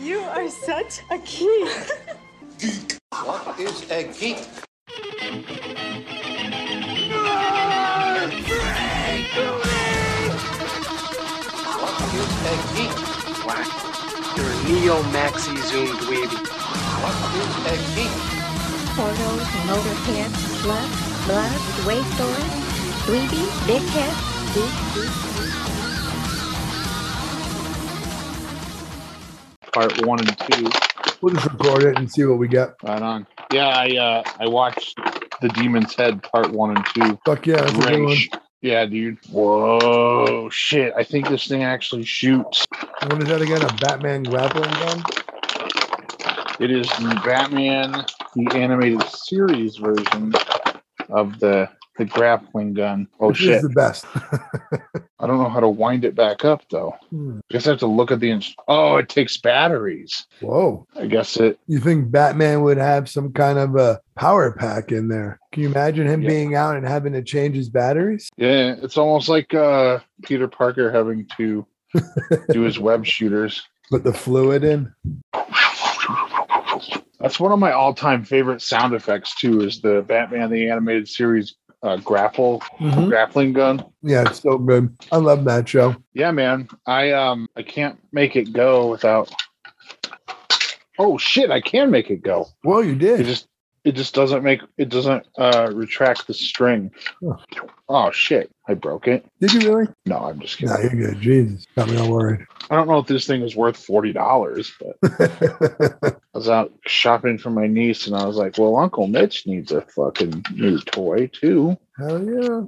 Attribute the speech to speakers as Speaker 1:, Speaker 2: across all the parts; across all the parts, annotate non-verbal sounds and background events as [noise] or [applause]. Speaker 1: You are such a geek.
Speaker 2: What is a geek? What is a geek?
Speaker 3: You're a neo maxi zoom dweeby.
Speaker 2: What is a geek?
Speaker 4: Portals, motorhead, slut, blood, wasteland, dweeby, dickhead, geek, geek.
Speaker 5: part one and two.
Speaker 6: We'll just record it and see what we get.
Speaker 5: Right on. Yeah, I uh, I watched the Demon's Head part one and two.
Speaker 6: Fuck yeah, that's a good one.
Speaker 5: Wrench. Yeah, dude. Whoa, shit! I think this thing actually shoots.
Speaker 6: What is that again? A Batman grappling gun?
Speaker 5: It is the Batman the animated series version of the the grappling gun. Oh
Speaker 6: Which is
Speaker 5: shit!
Speaker 6: the best.
Speaker 5: I don't know how to wind it back up though.
Speaker 6: Hmm.
Speaker 5: I guess I have to look at the. Ins- oh, it takes batteries.
Speaker 6: Whoa.
Speaker 5: I guess it.
Speaker 6: You think Batman would have some kind of a power pack in there? Can you imagine him
Speaker 5: Yeah.
Speaker 6: being out and having to change his batteries?
Speaker 5: Yeah, it's almost like uh, Peter Parker having
Speaker 6: [laughs]
Speaker 5: to do his web shooters.
Speaker 6: Put the fluid in?
Speaker 5: That's one of my all-time favorite sound effects too. Is the Batman the animated series uh, grapple
Speaker 6: Mm-hmm.
Speaker 5: grappling gun?
Speaker 6: Yeah, it's so good. I love that show.
Speaker 5: Yeah, man. I um I can't make it go without. Oh shit! I can make it go.
Speaker 6: Well, you
Speaker 5: It
Speaker 6: did.
Speaker 5: just it just doesn't make it doesn't uh retract the string. Oh shit! I broke it.
Speaker 6: Did you really?
Speaker 5: No, I'm just kidding.
Speaker 6: No, you're good. Jesus. Got me all worried. [laughs]
Speaker 5: I don't know if this thing is worth forty dollars, but I was out shopping for my niece, and I was like, "Well, Uncle Mitch needs a fucking new toy too."
Speaker 6: Hell yeah.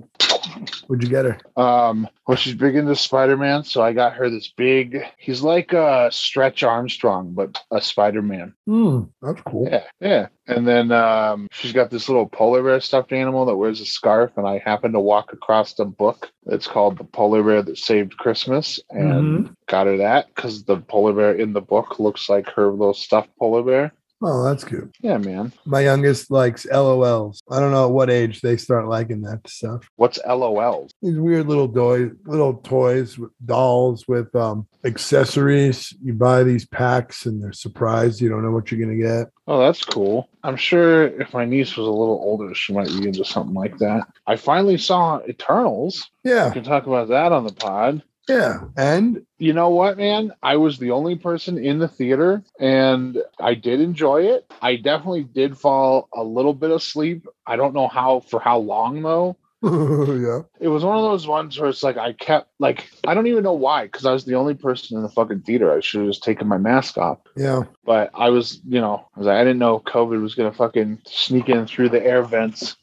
Speaker 6: What'd you get her?
Speaker 5: Um, well, she's big into Spider Man, so I got her this big. He's like uh, Stretch Armstrong, but a Spider Man.
Speaker 6: Mm, that's cool.
Speaker 5: Yeah, yeah. And then um, she's got this little polar bear stuffed animal that wears a scarf, and I happened to walk across the book that's called "The Polar Bear That Saved Christmas," and got her that because the polar bear in the book looks like her little stuffed polar bear.
Speaker 6: Oh, that's cute.
Speaker 5: Yeah, man.
Speaker 6: My youngest likes LOLs. I don't know at what age they start liking that stuff.
Speaker 5: What's LOLs?
Speaker 6: these weird little toys, little toys, with- dolls with um, accessories. You buy these packs, and they're surprised. You don't know what you're gonna get.
Speaker 5: Oh, that's cool. I'm sure if my niece was a little older, she might be into something like that. I finally saw Eternals. We
Speaker 6: Yeah,
Speaker 5: can talk about that on the pod.
Speaker 6: yeah. And [laughs]
Speaker 5: You know what, man? I was the only person in the theater and I did enjoy it. I definitely did fall a little bit asleep. I don't know how for how long though.
Speaker 6: yeah,
Speaker 5: It was one of those ones where it's like I kept like I don't even know why because I was the only person in the fucking theater. I should have just taken my mask off.
Speaker 6: yeah.
Speaker 5: But I was, you know, I was like, I didn't know COVID was gonna fucking sneak in through the air vents,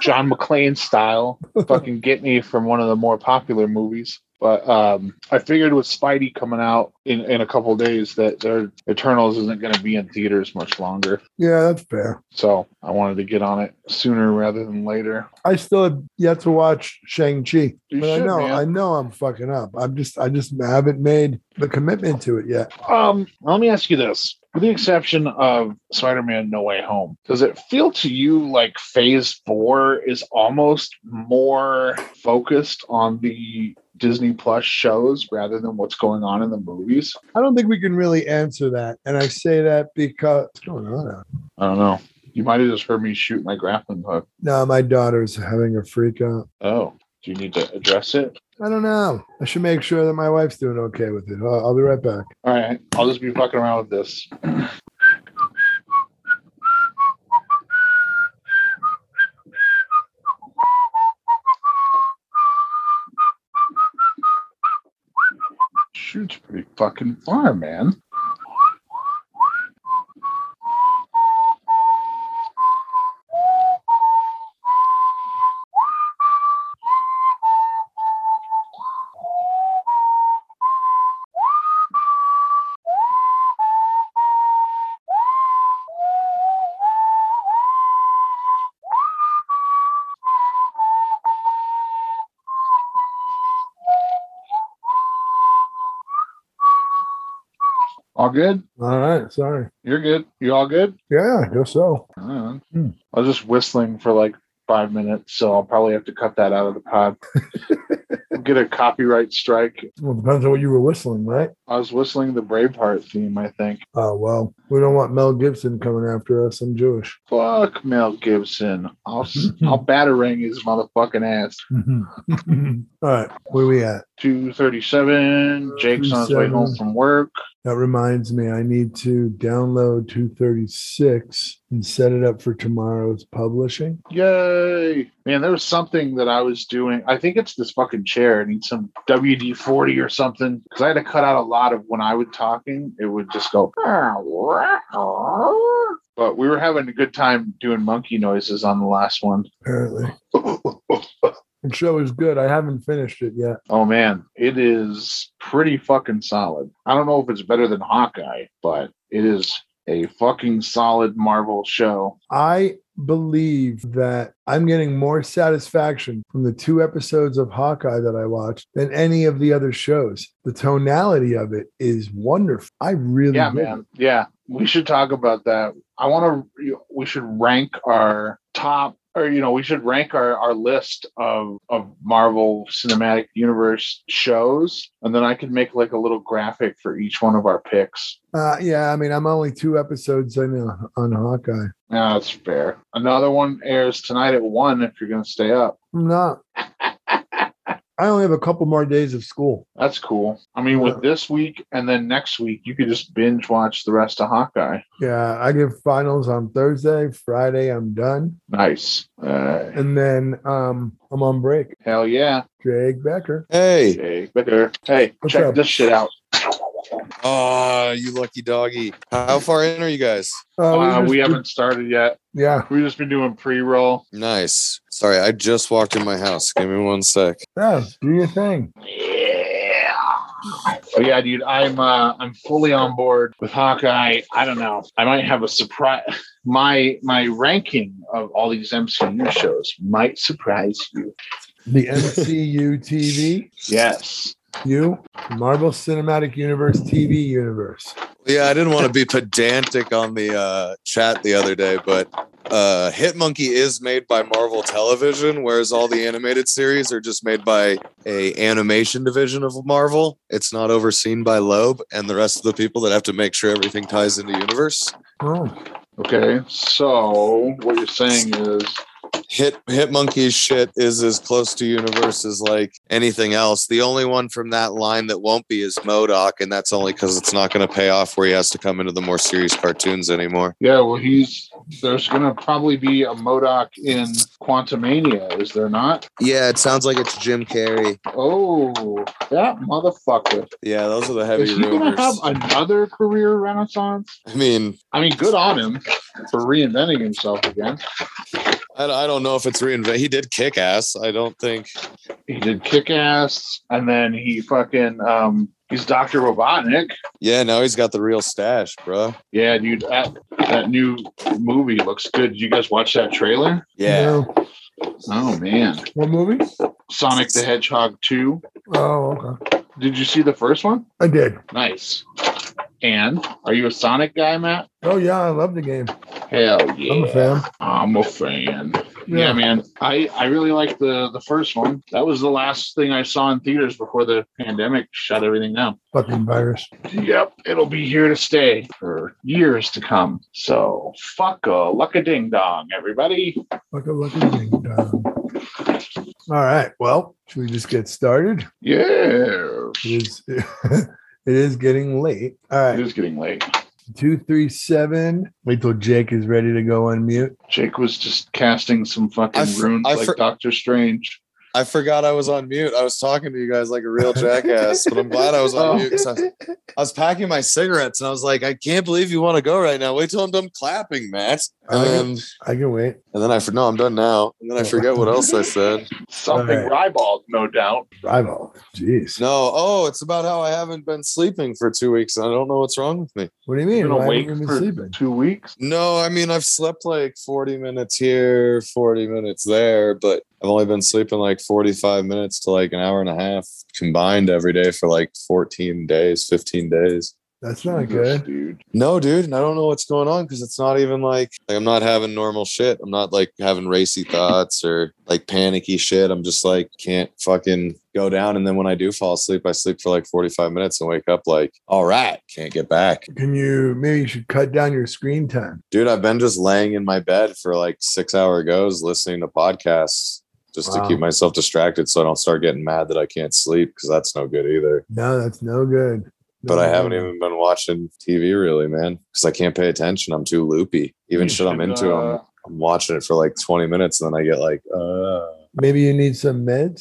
Speaker 5: John McClane style, fucking get me from one of the more popular movies. But um, I figured with Spidey coming out in, in a couple of days that their Eternals isn't gonna be in theaters much longer.
Speaker 6: Yeah, that's fair.
Speaker 5: So I wanted to get on it sooner rather than later.
Speaker 6: I still have yet to watch Shang Chi,
Speaker 5: You
Speaker 6: but I
Speaker 5: should,
Speaker 6: know
Speaker 5: man.
Speaker 6: I know I'm fucking up. I'm just I just haven't made the commitment to it yet.
Speaker 5: Um, let me ask you this. With the exception of Spider Man No Way Home, does it feel to you like phase four is almost more focused on the Disney Plus shows rather than what's going on in the movies?
Speaker 6: I don't think we can really answer that, and I say that because what's going on? out?
Speaker 5: I don't know. You might have just heard me shoot my grappling hook.
Speaker 6: No, my daughter's having a freak out.
Speaker 5: Oh, do you need to address it?
Speaker 6: I don't know. I should make sure that my wife's doing okay with it. I'll, I'll be right back.
Speaker 5: All right, I'll just be fucking around with this. Shoots pretty fucking far, man. All good?
Speaker 6: All right. Sorry.
Speaker 5: You're good? You all good?
Speaker 6: Yeah, I guess so.
Speaker 5: All right.
Speaker 6: Hmm.
Speaker 5: I was just whistling for like five minutes, so I'll probably have to cut that out of the pod. get a copyright strike.
Speaker 6: Well, depends on what you were whistling, right?
Speaker 5: I was whistling the Braveheart theme, I think.
Speaker 6: Oh well, we don't want Mel Gibson coming after us. I'm Jewish.
Speaker 5: Fuck Mel Gibson. I'll, s- I'll batarang his motherfucking ass.
Speaker 6: [laughs] All right, where we at?
Speaker 5: 237. Jake's on his way home
Speaker 6: 237.
Speaker 5: from work.
Speaker 6: That reminds me, I need to download 236 and set it up for tomorrow's publishing.
Speaker 5: Yay. Man, there was something that I was doing. I think it's this fucking chair. I need some WD 40 or something. Because I had to cut out a lot of when I was talking, it would just go. But we were having a good time doing monkey noises on the last one.
Speaker 6: Apparently, the show is good. I haven't finished it yet.
Speaker 5: Oh man, it is pretty fucking solid. I don't know if it's better than Hawkeye, but it is a fucking solid Marvel show.
Speaker 6: I believe that I'm getting more satisfaction from the two episodes of Hawkeye that I watched than any of the other shows. The tonality of it is wonderful. I really
Speaker 5: Yeah,
Speaker 6: dig
Speaker 5: man. Yeah, we should talk about that. I want to. We should rank our top, or you know, we should rank our our list of of Marvel Cinematic Universe shows, and then I could make like a little graphic for each one of our picks.
Speaker 6: it. Uh, yeah, I mean, I'm only two episodes in uh, on Hawkeye.
Speaker 5: Yeah, that's fair. Another one airs tonight at one. If you're gonna stay up. [laughs]
Speaker 6: I'm not. I only have a couple more days of school.
Speaker 5: That's cool. I mean, with this week and then next week, you could just binge watch the rest of Hawkeye.
Speaker 6: Yeah, I give finals on Thursday. Friday, I'm done.
Speaker 5: Nice. Uh,
Speaker 6: And then um, I'm on break.
Speaker 5: hell yeah.
Speaker 6: Jake Becker.
Speaker 7: Hey,
Speaker 5: Hey, Victor. Hey,
Speaker 6: What's
Speaker 5: check
Speaker 6: up?
Speaker 5: this shit out.
Speaker 7: ah, you lucky doggy. How far in are you guys?
Speaker 6: Uh,
Speaker 5: Uh,
Speaker 6: just
Speaker 5: we
Speaker 6: did-
Speaker 5: haven't started yet.
Speaker 6: Yeah,
Speaker 5: We've just been doing pre roll.
Speaker 7: Nice. Sorry, I just walked in my house. Give me one sec.
Speaker 6: yeah. Do your thing.
Speaker 5: Yeah. But yeah, dude, I'm uh, I'm fully on board with Hawkeye. I don't know. I might have a surprise. My my ranking of all these MCU shows might surprise you.
Speaker 6: The MCU TV,
Speaker 5: Yes.
Speaker 6: you Marvel Cinematic Universe TV universe.
Speaker 7: Yeah, I didn't want to be pedantic on the uh, chat the other day, but uh, Hit Monkey is made by Marvel Television, whereas all the animated series are just made by a animation division of Marvel. It's not overseen by Loeb and the rest of the people that have to make sure everything ties into universe.
Speaker 6: Oh,
Speaker 5: Okay. So what you're saying is
Speaker 7: Hit Hit Monkey's shit is as close to universe as like anything else. The only one from that line that won't be is Modoc, and that's only because it's not going to pay off where he has to come into the more serious cartoons anymore.
Speaker 5: Yeah, well, he's there's gonna probably be a Modoc in Quantumania, is there not?
Speaker 7: Yeah, it sounds like it's Jim Carrey.
Speaker 5: Oh, that motherfucker!
Speaker 7: Yeah, those are the heavy
Speaker 5: Is he gonna
Speaker 7: rumors.
Speaker 5: have another career renaissance?
Speaker 7: I mean,
Speaker 5: I mean, good on him for reinventing himself again.
Speaker 7: I, I don't know if it's reinvent. He did kick ass. I don't think.
Speaker 5: He did Kick Ass, and then he fucking um, he's Doctor Robotnik.
Speaker 7: Yeah, now he's got the real stash, bro.
Speaker 5: Yeah, dude, that that new movie looks good. Did you guys watch that trailer?
Speaker 7: Yeah.
Speaker 6: no.
Speaker 5: Oh man,
Speaker 6: What movie?
Speaker 5: Sonic the Hedgehog two.
Speaker 6: Oh, okay.
Speaker 5: Did you see the first one?
Speaker 6: I did.
Speaker 5: Nice. And are you a Sonic guy, Matt?
Speaker 6: Oh yeah, I love the game.
Speaker 5: Hell yeah.
Speaker 6: I'm a fan.
Speaker 5: I'm a fan. Yeah,
Speaker 6: Yeah.
Speaker 5: man. I, I really like the the first one. That was the last thing I saw in theaters before the pandemic shut everything down.
Speaker 6: Fucking virus.
Speaker 5: Yep, it'll be here to stay for years to come. So fuck a luck a ding dong, everybody.
Speaker 6: Fuck a lucky ding dong. Um, All right. Well, should we just get started?
Speaker 5: Yeah.
Speaker 6: It is. [laughs] It is getting late. All
Speaker 5: It
Speaker 6: right.
Speaker 5: is getting late.
Speaker 6: Two, three, seven. Wait till Jake is ready to go on mute.
Speaker 5: Jake was just casting some fucking
Speaker 7: I f-
Speaker 5: runes
Speaker 7: I
Speaker 5: like
Speaker 7: for-
Speaker 5: Doctor Strange.
Speaker 7: I forgot I was on mute. I was talking to you guys like a real jackass, but I'm glad I was
Speaker 5: [laughs] Oh.
Speaker 7: on mute 'cause I, I was packing my cigarettes and I was like, I can't believe you want to go right now. Wait till I'm done clapping, Matt. And
Speaker 6: Okay.
Speaker 7: then,
Speaker 6: [laughs] I can wait.
Speaker 7: and then I for no, I'm done now. And then I forget what else I
Speaker 5: [laughs]
Speaker 7: said.
Speaker 5: Something ribald, no doubt.
Speaker 6: Eyeball. Jeez.
Speaker 7: No, oh, it's about how I haven't been sleeping for two weeks and I don't know what's wrong with me.
Speaker 6: What do you mean?
Speaker 5: Been
Speaker 6: Why
Speaker 5: awake
Speaker 6: haven't you been
Speaker 5: for
Speaker 6: sleeping?
Speaker 5: two weeks.
Speaker 7: No, I mean I've slept like 40 minutes here, 40 minutes there, but I've only been sleeping like 45 minutes to like an hour and a half combined every day for like 14 days, 15 days.
Speaker 6: That's not
Speaker 5: Jesus,
Speaker 6: good.
Speaker 5: dude.
Speaker 7: No, dude, and I don't know what's going on because it's not even like like I'm not having normal shit. I'm not like having racy thoughts or like panicky shit. I'm just like can't fucking go down. And then when I do fall asleep, I sleep for like 45 minutes and wake up like, all right, can't get back.
Speaker 6: Can you maybe you should cut down your screen time?
Speaker 7: Dude, I've been just laying in my bed for like six hour goes listening to podcasts just
Speaker 6: Wow.
Speaker 7: to keep myself distracted so I don't start getting mad that I can't sleep because that's no good either.
Speaker 6: No, that's no good.
Speaker 7: But
Speaker 6: No,
Speaker 7: I haven't
Speaker 6: no.
Speaker 7: even been watching TV really, man, because I can't pay attention. I'm too loopy. Even
Speaker 5: You
Speaker 7: shit I'm
Speaker 5: should,
Speaker 7: into,
Speaker 5: uh,
Speaker 7: I'm, I'm watching it for like 20 minutes and then I get like, uh,
Speaker 6: Maybe you need some meds.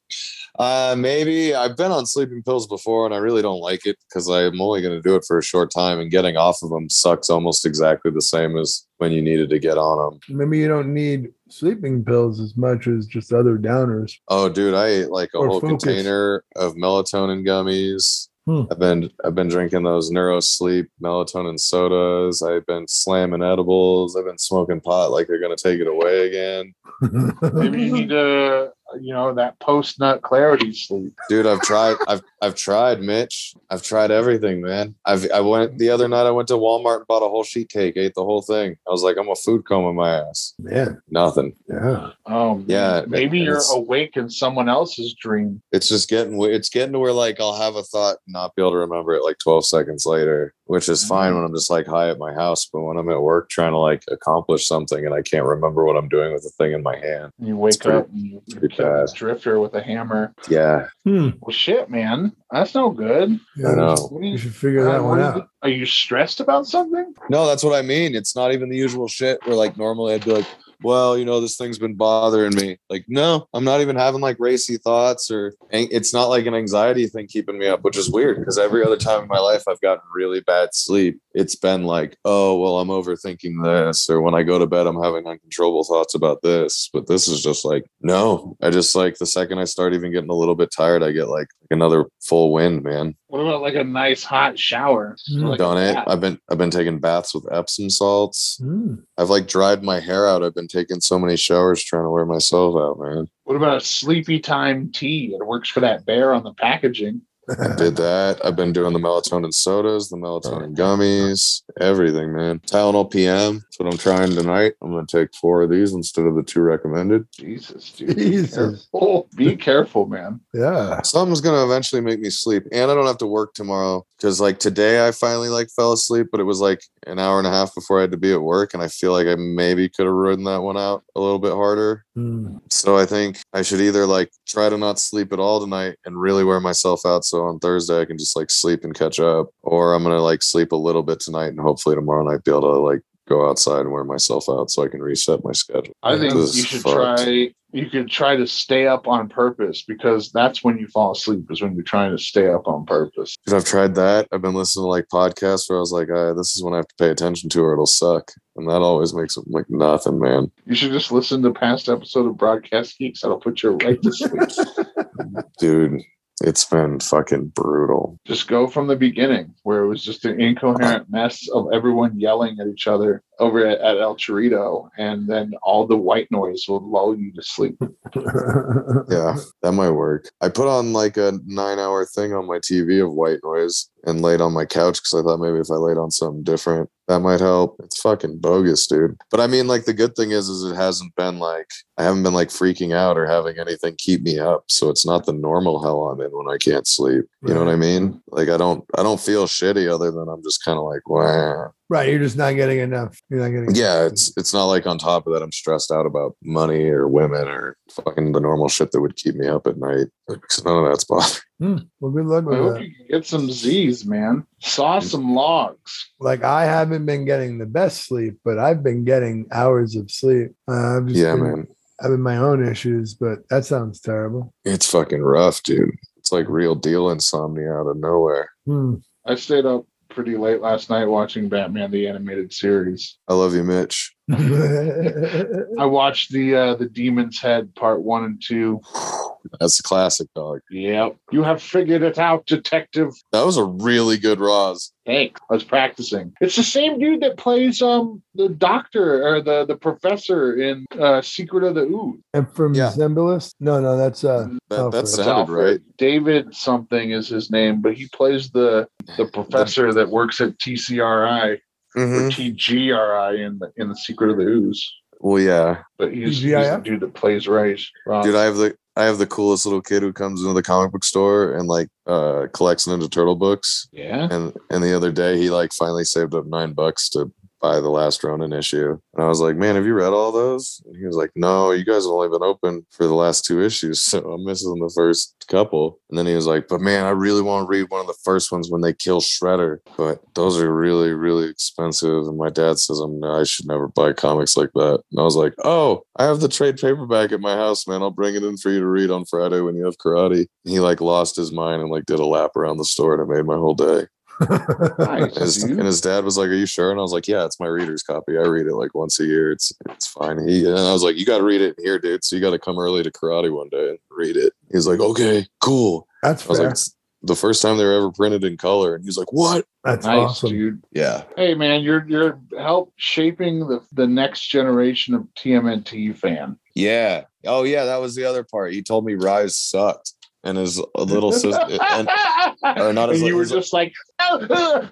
Speaker 7: uh, maybe I've been on sleeping pills before and I really don't like it because I'm only going to do it for a short time and getting off of them sucks almost exactly the same as when you needed to get on them.
Speaker 6: Maybe you don't need sleeping pills as much as just other downers. [laughs]
Speaker 7: Oh, dude, I ate like a
Speaker 6: Or
Speaker 7: whole
Speaker 6: focus.
Speaker 7: container of melatonin gummies.
Speaker 6: Hmm.
Speaker 7: I've been I've been drinking those neurosleep melatonin sodas. I've been slamming edibles. I've been smoking pot like they're gonna take it away again.
Speaker 5: Maybe you need to, you know, that post nut clarity sleep.
Speaker 7: Dude, I've tried I've I've tried, Mitch. I've tried everything, man. I've I went the other night I went to Walmart and bought a whole sheet cake, ate the whole thing. I was like, I'm a food coma in my ass.
Speaker 6: Man,
Speaker 7: Nothing.
Speaker 6: yeah.
Speaker 5: Um,
Speaker 7: Yeah,
Speaker 5: Maybe
Speaker 7: and
Speaker 5: you're
Speaker 7: it's-
Speaker 5: awake in someone else's dream.
Speaker 7: it's just getting w- it's getting to where like I'll have a thought and not be able to remember it like 12 seconds later, which is fine when I'm just like high at my house, but when I'm at work trying to like accomplish something and I can't remember what I'm doing with the thing in my hand.
Speaker 5: And you wake
Speaker 7: pretty-
Speaker 5: up and you you
Speaker 7: pretty
Speaker 5: kill this
Speaker 7: bad.
Speaker 5: drifter with a hammer.
Speaker 7: Yeah.
Speaker 6: Hmm.
Speaker 5: Well, shit, man, that's no good.
Speaker 6: yeah
Speaker 7: I know.
Speaker 5: What do
Speaker 6: You
Speaker 5: you,
Speaker 6: should figure that
Speaker 5: uh, what
Speaker 6: one
Speaker 5: is
Speaker 6: out.
Speaker 5: it- Are you stressed about something?
Speaker 7: No, that's what I mean. It's not even the usual shit where like normally I'd be like, well, you know, this thing's been bothering me. Like, no, I'm not even having like racy thoughts or an- it's not like an anxiety thing keeping me up, which is weird because every other time in my life I've gotten really bad sleep. It's been like, oh, well, I'm overthinking this. Or when I go to bed, I'm having uncontrollable thoughts about this. But this is just like, no, I just like the second I start even getting a little bit tired, I get like another full wind, man.
Speaker 5: What about like a nice hot shower?
Speaker 6: Mm.
Speaker 5: Like a
Speaker 7: Done it.
Speaker 5: bath.
Speaker 7: I've been, I've been taking baths with Epsom salts.
Speaker 6: Hmm.
Speaker 7: I've like dried my hair out. I've been taking so many showers trying to wear myself out, man.
Speaker 5: What about a sleepy time tea? It works for that bear on the packaging.
Speaker 7: I did that. I've been doing the melatonin sodas, the melatonin gummies, everything, man. Tylenol PM. That's what I'm trying tonight. I'm gonna take four of these instead of the two recommended.
Speaker 5: Jesus, dude.
Speaker 6: [laughs] Jesus.
Speaker 5: Careful. Be careful, man.
Speaker 6: Yeah.
Speaker 7: Something's gonna eventually make me sleep, and I don't have to work tomorrow because like today I finally like fell asleep, but it was like an hour and a half before I had to be at work, and I feel like I maybe could have ridden that one out a little bit harder.
Speaker 6: Hmm. [laughs]
Speaker 7: So I think I should either like try to not sleep at all tonight and really wear myself out so on Thursday I can just like sleep and catch up, or I'm gonna like sleep a little bit tonight and hopefully tomorrow night be able to like go outside and wear myself out so I can reset my schedule.
Speaker 5: I think
Speaker 7: This
Speaker 5: you
Speaker 7: is
Speaker 5: should
Speaker 7: fucked.
Speaker 5: try. You could try to stay up on purpose because that's when you fall asleep. Is when you're trying to stay up on purpose.
Speaker 7: Dude, I've tried that. I've been listening to like podcasts where I was like, uh, this is when I have to pay attention to or it'll suck. And that always makes it like nothing, man.
Speaker 5: You should just listen to past episode of Broadcast Geeks. That'll put you right to sleep.
Speaker 7: [laughs] Dude, it's been fucking brutal.
Speaker 5: just go from the beginning where it was just an incoherent mess of everyone yelling at each other over at, at El Chorito, and then all the white noise will lull you to sleep.
Speaker 7: Yeah, that might work. I put on like a nine hour thing on my TV of white noise and laid on my couch because I thought maybe if I laid on something different, that might help. It's fucking bogus, dude. But I mean, like the good thing is, is it hasn't been like I haven't been like freaking out or having anything keep me up. So it's not the normal hell I'm in when I can't sleep. You know what I mean? Like I don't, I don't feel shitty other than I'm just kind of like, wow.
Speaker 6: Right. You're just not getting enough. You're not getting
Speaker 7: Yeah, it's it's not like on top of that I'm stressed out about money or women or fucking the normal shit that would keep me up at night. Like, 'cause none of that's bothering.
Speaker 6: Hmm. Well, good luck
Speaker 5: I
Speaker 6: with
Speaker 5: hope
Speaker 6: that.
Speaker 5: you can get some Z's, man.
Speaker 7: Mm.
Speaker 5: Saw some logs.
Speaker 6: Like I haven't been getting the best sleep, but I've been getting hours of sleep. Uh, I've just
Speaker 7: Yeah,
Speaker 6: been
Speaker 7: man,
Speaker 6: having my own issues, but that sounds terrible.
Speaker 7: it's fucking rough, dude. It's like real deal insomnia out of nowhere.
Speaker 6: Hmm. [laughs]
Speaker 5: I stayed up pretty late last night watching Batman the animated series.
Speaker 7: I love you, Mitch. [sighs]
Speaker 6: I
Speaker 5: I watched the uh, the Demon's Head part one and two.
Speaker 7: That's a classic, dog.
Speaker 5: Yep, you have figured it out, detective.
Speaker 7: That was a really good Roz.
Speaker 5: Thanks. I was practicing. It's the same dude that plays um the doctor or the the professor in uh, Secret of the Ooze.
Speaker 6: and from
Speaker 7: Yeah.
Speaker 6: Zembulus? No, no, that's uh [laughs]
Speaker 7: That,
Speaker 6: Oh,
Speaker 7: that
Speaker 6: for-
Speaker 7: sounded right.
Speaker 5: David something is his name, but he plays the the professor that works at TCRI or
Speaker 6: Mm-hmm.
Speaker 7: Mhm.
Speaker 5: TGRI in the in the Secret of the Ooze.
Speaker 7: Well, yeah,
Speaker 5: But he's, he's the
Speaker 6: TGIF?
Speaker 5: dude that plays Rice. Rob.
Speaker 7: dude. I have the I have the coolest little kid who comes into the comic book store and like uh collects Ninja Turtle books.
Speaker 5: yeah.
Speaker 7: And and the other day he like finally saved up nine bucks to buy the last Ronin issue. And I was like, man, have you read all those? And he was like, no, you guys have only been open for the last two issues, [laughs] so I'm missing the first couple. And then he was like, but man, I really want to read one of the first ones when they kill Shredder, but those are really really expensive. And my dad says I'm I should never buy comics like that. And I was like, oh, I have the trade paperback at my house, man. I'll bring it in for you to read on Friday when you have karate. And he like lost his mind and like did a lap around the store, and it made my whole day. And
Speaker 5: Nice,
Speaker 7: [laughs] his, and
Speaker 5: dude.
Speaker 7: his dad was like, "Are you sure?" And I was like, "Yeah, it's my reader's copy. I read it like once a year. It's it's fine." He and I was like, "You got to read it here, dude. So you got to come early to karate one day and read it." He was like, "Okay, cool."
Speaker 6: that's
Speaker 7: I was
Speaker 6: fair.
Speaker 7: like, "It's "The first time they were ever printed in color," and he's like, "What?"
Speaker 6: that's
Speaker 5: Nice,
Speaker 6: awesome.
Speaker 5: dude.
Speaker 7: Yeah,
Speaker 5: Hey man, you're you're help shaping the the next generation of TMNT fan.
Speaker 7: yeah, oh yeah. That was the other part. He told me Rise sucked, and his uh, little sister.
Speaker 5: [laughs]
Speaker 7: And or not
Speaker 5: and
Speaker 7: as-
Speaker 5: you were
Speaker 7: as-
Speaker 5: just like, [laughs] oh,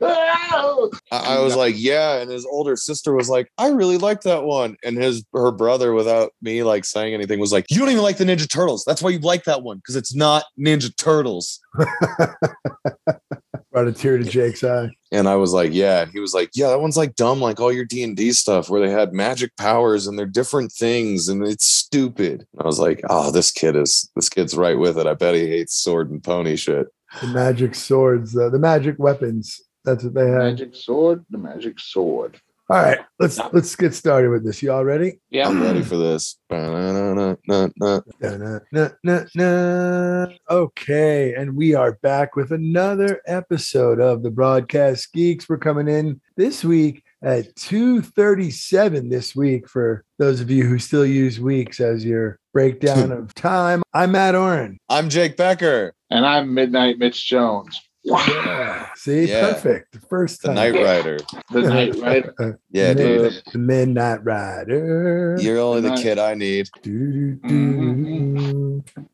Speaker 5: oh,
Speaker 7: I, I was like, yeah. And his older sister was like, I really like that one. And his her brother, without me like saying anything, was like, You don't even like the Ninja Turtles. That's why you like that one, because it's not Ninja Turtles.
Speaker 6: Brought a tear to Jake's eye.
Speaker 7: And I was like, Yeah. And he was like, Yeah, that one's like dumb, like all your D and D stuff where they had magic powers and they're different things and it's stupid. And I was like, Oh, this kid is this kid's right with it. I bet he hates sword and pony shit.
Speaker 6: The magic swords, uh, the, the magic weapons. That's what they
Speaker 5: the
Speaker 6: had.
Speaker 5: magic sword, the magic sword.
Speaker 6: All right, let's let's get started with this. Y'all ready?
Speaker 5: Yeah,
Speaker 7: I'm ready for this. Ba-na-na-na-na-na.
Speaker 6: Da-na-na-na-na. Okay, and we are back with another episode of the Broadcast Geeks. We're coming in this week at 2:37 this week for those of you who still use weeks as your
Speaker 7: [laughs]
Speaker 6: breakdown of time. I'm Matt Oren.
Speaker 7: I'm Jake Becker,
Speaker 5: and I'm Midnight Mitch Jones,
Speaker 6: See,
Speaker 7: Yeah.
Speaker 6: perfect. The first
Speaker 7: the
Speaker 6: time.
Speaker 7: Knight Rider.
Speaker 5: the night right.
Speaker 7: Yeah, dude.
Speaker 6: The, the Midnight Rider.
Speaker 7: You're only the
Speaker 5: Nice.
Speaker 7: kid I need.
Speaker 6: Do, do, do.
Speaker 5: Mhm.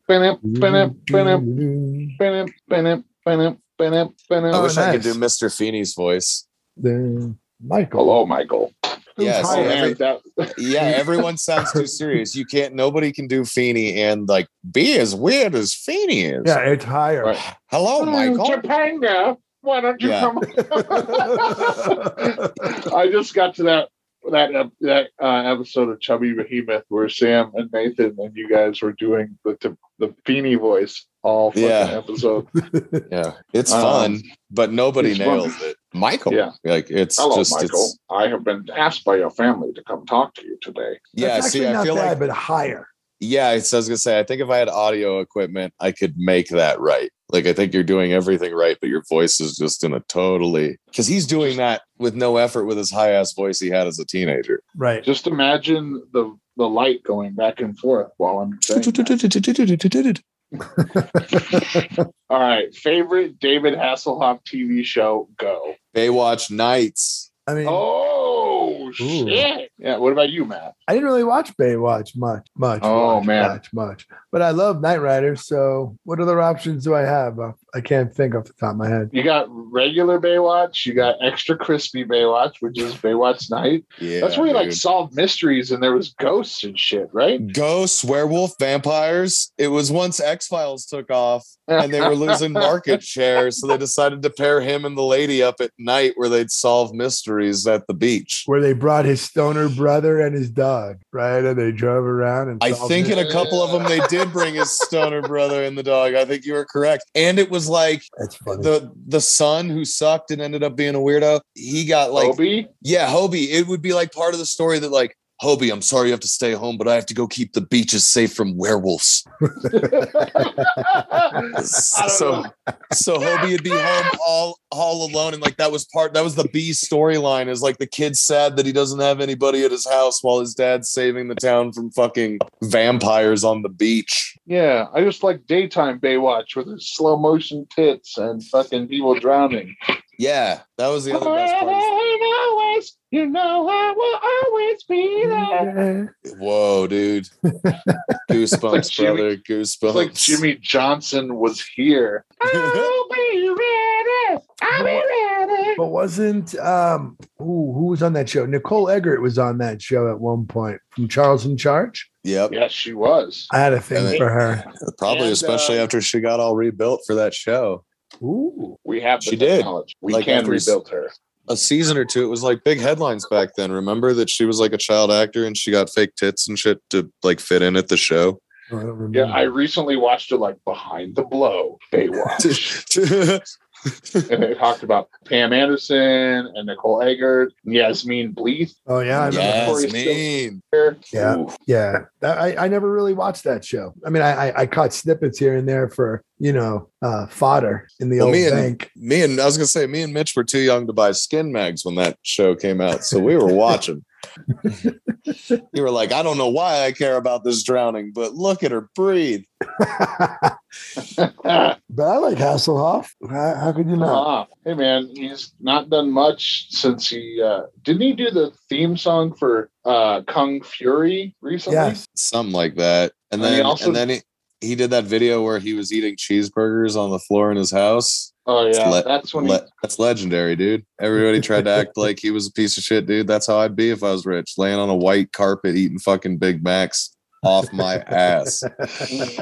Speaker 5: Ba-dum,
Speaker 7: Mm-hmm.
Speaker 5: ba-dum, ba-dum,
Speaker 6: Do, do,
Speaker 5: ba-dum, ba-dum, ba-dum, ba-dum,
Speaker 7: I
Speaker 5: ba-dum.
Speaker 7: wish I could do
Speaker 6: nice.
Speaker 7: Mr. Feeney's voice.
Speaker 6: do. Michael.
Speaker 7: Oh,
Speaker 5: Hello, Michael.
Speaker 7: Yeah,
Speaker 5: Oh,
Speaker 7: see,
Speaker 5: man,
Speaker 7: every-
Speaker 5: that-
Speaker 7: yeah, everyone sounds too serious. You can't. Nobody can do Feeney and like be as weird as Feeney is.
Speaker 6: Yeah, it's higher.
Speaker 5: Right.
Speaker 7: Hello, Oh, Michael.
Speaker 5: Topanga, why don't you [laughs]
Speaker 7: Yeah. [laughs]
Speaker 5: come?
Speaker 6: [laughs]
Speaker 5: I just got to that that ep- that uh, episode of Chubby Behemoth where Sam and Nathan and you guys were doing the t- the Feeny voice all fucking
Speaker 7: Yeah.
Speaker 5: episode.
Speaker 7: Yeah, it's
Speaker 5: Um,
Speaker 7: fun, but nobody
Speaker 5: it's fun.
Speaker 7: nails it. Michael.
Speaker 5: Yeah.
Speaker 7: Like it's
Speaker 5: Hello,
Speaker 7: just.
Speaker 5: Michael.
Speaker 7: It's,
Speaker 5: I have been asked by your family to come talk to you today.
Speaker 7: yeah.
Speaker 6: That's
Speaker 7: See,
Speaker 6: actually
Speaker 7: I
Speaker 6: not
Speaker 7: feel
Speaker 6: bad,
Speaker 7: like.
Speaker 6: but higher.
Speaker 7: Yeah, it's, I was gonna say. I think if I had audio equipment, I could make that right. Like I think you're doing everything right, but your voice is just in a totally because he's doing that with no effort with his high ass voice he had as a teenager.
Speaker 6: Right.
Speaker 5: Just imagine the the light going back and forth while I'm saying. that. All right, favorite David Hasselhoff TV show? Go.
Speaker 7: Baywatch Nights.
Speaker 6: I mean,
Speaker 5: Oh
Speaker 6: Ooh.
Speaker 5: shit! Yeah. What about you, Matt?
Speaker 6: I didn't really watch Baywatch much, much.
Speaker 5: Oh,
Speaker 6: much,
Speaker 5: man.
Speaker 6: much, much. But I love Knight Rider. So, what other options do I have? Uh, I can't think off the top of my head.
Speaker 5: You got regular Baywatch. You got extra crispy Baywatch, which is Baywatch Night.
Speaker 7: Yeah,
Speaker 5: That's where you like
Speaker 7: dude.
Speaker 5: solved mysteries and there was ghosts and shit, right?
Speaker 7: ghosts, werewolf, vampires. It was once X Files took off and they
Speaker 5: [laughs]
Speaker 7: were losing market share, so they decided to pair him and the lady up at night where they'd solve mysteries at the beach.
Speaker 6: Where they brought his stoner brother and his dog, right? And they drove around and
Speaker 7: I
Speaker 6: solved
Speaker 7: think in
Speaker 6: it.
Speaker 7: a couple of them they did bring his
Speaker 5: [laughs]
Speaker 7: stoner brother and the dog. I think you were correct. And it was like
Speaker 6: that's funny.
Speaker 7: the the son who sucked and ended up being a weirdo. He got like
Speaker 5: Obi?
Speaker 7: [laughs] Yeah, Hobie. It would be like part of the story that like Hobie, I'm sorry you have to stay home, but I have to go keep the beaches safe from werewolves. [laughs] So, so Hobie would be home all all alone, and like that was part that was the B storyline. Is like the kid's sad that he doesn't have anybody at his house while his dad's saving the town from fucking vampires on the beach.
Speaker 5: yeah, I just like daytime Baywatch with his slow motion tits and fucking people drowning.
Speaker 7: Yeah, that was the other best
Speaker 5: [laughs]
Speaker 7: part.
Speaker 5: always, you know I will always be there.
Speaker 6: Yeah.
Speaker 7: Whoa, dude! Goosebumps,
Speaker 5: It's like Jimmy-
Speaker 7: brother.
Speaker 5: It's
Speaker 7: Goosebumps.
Speaker 5: like Jimmy Johnson was
Speaker 7: [laughs]
Speaker 5: here. I'll be ready. I'll be ready.
Speaker 6: But wasn't um ooh, who was on that show? Nicole Eggert was on that show at one point from Charles in Charge.
Speaker 7: Yep.
Speaker 5: Yes, she was.
Speaker 6: I had a thing for her.
Speaker 7: Probably,
Speaker 5: And,
Speaker 7: especially
Speaker 5: uh,
Speaker 7: after she got all rebuilt for that show.
Speaker 6: Ooh.
Speaker 5: We have the
Speaker 7: She did.
Speaker 5: technology. We
Speaker 7: Like
Speaker 5: can
Speaker 7: after we s-
Speaker 5: rebuild her.
Speaker 7: A season or two, it was like big headlines back then. Remember that she was like a child actor and she got fake tits and shit to like fit in at the show.
Speaker 6: I don't remember.
Speaker 5: Yeah, I recently watched her like behind the blow Baywatch, [laughs] and they talked about Pam Anderson and Nicole Eggert, Yasmin Bleeth.
Speaker 6: oh yeah, I remember.
Speaker 7: Yasmin.
Speaker 6: Yeah.
Speaker 5: Oof.
Speaker 6: Yeah, That- I, I never really watched that show. I mean, I, I I caught snippets here and there for you know uh fodder in the
Speaker 7: Well,
Speaker 6: old
Speaker 7: me and-
Speaker 6: bank. [laughs]
Speaker 7: Me and I was gonna say, me and Mitch were too young to buy skin mags when that show came out, so we
Speaker 5: [laughs]
Speaker 7: were watching. you were like, I don't know why I care about this drowning, but look at her breathe.
Speaker 5: Ah,
Speaker 6: but I like Hasselhoff. How, how could you not?
Speaker 5: ah. Hey man, he's not done much since he uh, didn't he do the theme song for uh, Kung Fury recently.
Speaker 6: yes.
Speaker 7: something like that. And
Speaker 5: And he
Speaker 7: then
Speaker 5: also-
Speaker 7: and then he, he did that video where he was eating cheeseburgers on the floor in his house.
Speaker 5: Oh yeah,
Speaker 7: Le-
Speaker 5: that's when
Speaker 7: Le- that's legendary, dude. Everybody tried to act like he was a piece of shit, dude. That's how I'd be if I was rich, laying on a white carpet eating fucking Big Macs
Speaker 5: [laughs]
Speaker 7: off my ass.
Speaker 5: [laughs] he.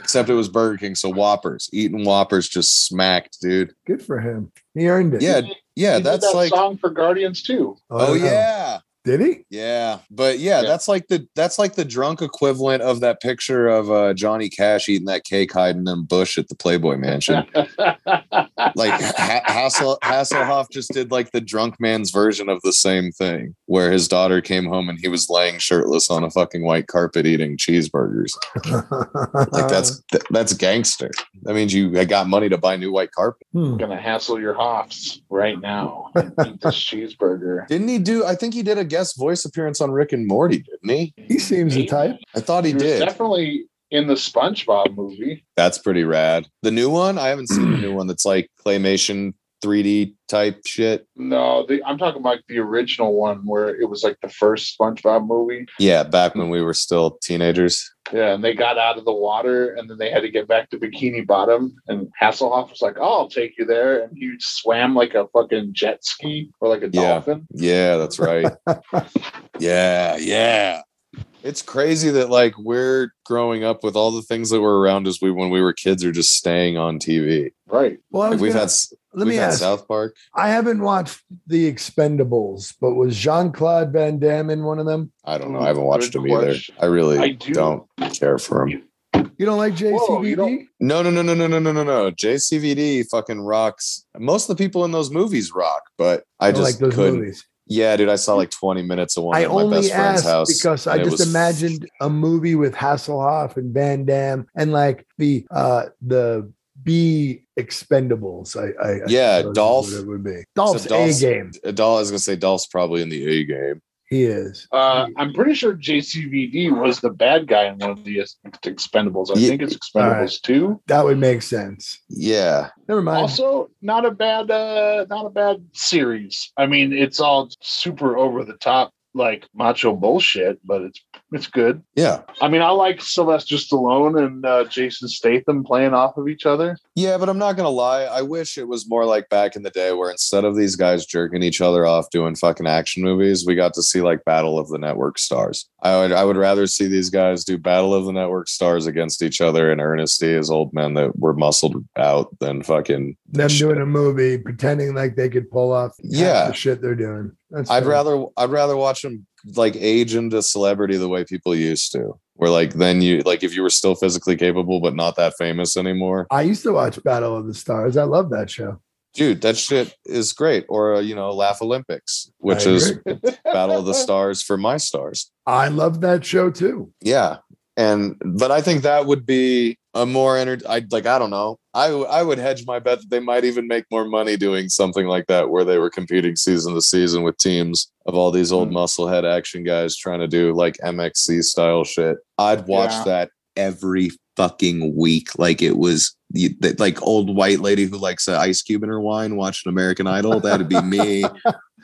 Speaker 7: Except it was Burger King, so Whoppers, eating Whoppers just smacked, dude.
Speaker 6: Good for him. He earned it.
Speaker 7: Yeah, yeah,
Speaker 5: He did
Speaker 7: that's
Speaker 5: that
Speaker 7: like
Speaker 5: song for Guardians too. [laughs]
Speaker 7: Oh
Speaker 6: no.
Speaker 7: yeah.
Speaker 6: Did he?
Speaker 7: Yeah. But yeah,
Speaker 5: Yeah.
Speaker 7: that's like the that's like the drunk equivalent of that picture of uh, Johnny Cash eating that cake hiding in Bush at the Playboy Mansion.
Speaker 5: [laughs]
Speaker 7: like ha- Hassel- Hasselhoff just did like the drunk man's version of the same thing, where his daughter came home and he was laying shirtless on a fucking white carpet eating cheeseburgers. [laughs] Like that's th- that's gangster. That means you got money to buy new white carpet.
Speaker 6: [laughs] Hmm.
Speaker 5: gonna hassle your hoffs right now and eat this cheeseburger.
Speaker 7: Didn't he do? I think he did a guest voice appearance on Rick and Morty, didn't he?
Speaker 6: He seems the type.
Speaker 7: I thought he
Speaker 5: He was
Speaker 7: did.
Speaker 5: definitely in the SpongeBob movie.
Speaker 7: That's pretty rad. The new one, I haven't seen
Speaker 5: [clears throat]
Speaker 7: the new one. That's like claymation. 3D type shit.
Speaker 5: No, the, I'm talking about the original one where it was like the first SpongeBob movie.
Speaker 7: Yeah, back when we were still teenagers.
Speaker 5: Yeah, and they got out of the water and then they had to get back to Bikini Bottom. And Hasselhoff was like, oh, I'll take you there. And he swam like a fucking jet ski or like a
Speaker 7: Yeah.
Speaker 5: dolphin.
Speaker 7: Yeah,
Speaker 5: [laughs]
Speaker 7: that's right. yeah, yeah. It's crazy that like we're growing up with all the things that were around us we when we were kids are just staying on TV.
Speaker 5: Right.
Speaker 6: Well, I
Speaker 7: Like
Speaker 6: was
Speaker 7: we've
Speaker 6: gonna-
Speaker 7: had s-
Speaker 6: let
Speaker 7: we've
Speaker 6: me
Speaker 7: had
Speaker 6: ask.
Speaker 7: South Park.
Speaker 6: I haven't watched The Expendables, but was Jean Claude Van Damme in one of them?
Speaker 7: I don't know.
Speaker 5: Ooh,
Speaker 7: I haven't watched
Speaker 5: good
Speaker 7: them either.
Speaker 5: question.
Speaker 7: I really
Speaker 5: I do.
Speaker 7: not care for them.
Speaker 6: You don't like JCVD?
Speaker 5: Whoa, you don't-
Speaker 7: No, no, no, no, no, no, no, no, no. JCVD fucking rocks. Most of the people in those movies rock, but I
Speaker 6: I don't
Speaker 7: just
Speaker 6: like those
Speaker 7: couldn't.
Speaker 6: movies.
Speaker 7: Yeah, dude, I saw like 20 minutes of one
Speaker 6: I
Speaker 7: at my
Speaker 6: only
Speaker 7: best friend's
Speaker 6: asked
Speaker 7: house.
Speaker 6: because I
Speaker 7: and it
Speaker 6: just
Speaker 7: was
Speaker 6: imagined a movie with Hasselhoff and Van Damme and like the uh the B Expendables. I, I I
Speaker 7: Yeah,
Speaker 6: suppose is
Speaker 7: Dolph.
Speaker 6: what it would be Dolph's A
Speaker 7: Dolph's-
Speaker 6: game.
Speaker 7: Dolph, I was gonna say Dolph's probably in the A game.
Speaker 6: He is.
Speaker 5: Uh, I'm pretty sure JCVD was the bad guy in one of the Ex- Expendables. I
Speaker 7: Ye-
Speaker 5: think it's Expendables too. 2.
Speaker 6: That would make sense.
Speaker 7: Yeah.
Speaker 6: Never mind.
Speaker 5: also not a bad uh not a bad series i mean it's all super over the top like macho bullshit but it's it's good
Speaker 7: Yeah.
Speaker 5: i mean i like sylvester stallone and uh, jason statham playing off of each other
Speaker 7: Yeah, but I'm not gonna lie. I wish it was more like back in the day where instead of these guys jerking each other off doing fucking action movies, we got to see like Battle of the Network Stars. I would I would rather see these guys do Battle of the Network Stars against each other in earnesty as old men that were muscled out than fucking
Speaker 6: Them
Speaker 7: shit.
Speaker 6: doing a movie, pretending like they could pull off half
Speaker 7: Yeah.
Speaker 6: the shit they're doing. That's
Speaker 7: I'd
Speaker 6: fair.
Speaker 7: rather I'd rather watch them like age into celebrity the way people used to. Where like then you like if you were still physically capable but not that famous anymore,
Speaker 6: I used to watch Battle of the Stars. I love that show.
Speaker 7: dude, that shit is great. Or uh, you know, Laugh Olympics, which
Speaker 6: I
Speaker 7: is
Speaker 6: agree.
Speaker 7: Battle of
Speaker 5: [laughs]
Speaker 7: the Stars for my stars.
Speaker 6: I love that show too.
Speaker 7: Yeah, and but I think that would be a more energy. I like. I don't know. I w- I would hedge my bet that they might even make more money doing something like that, where they were competing season to season with teams of all these old musclehead action guys trying to do like MXC style shit. I'd watch
Speaker 5: Yeah.
Speaker 7: that every fucking week like it was you- that- like old white lady who likes an ice cube in her wine watching american idol that'd be me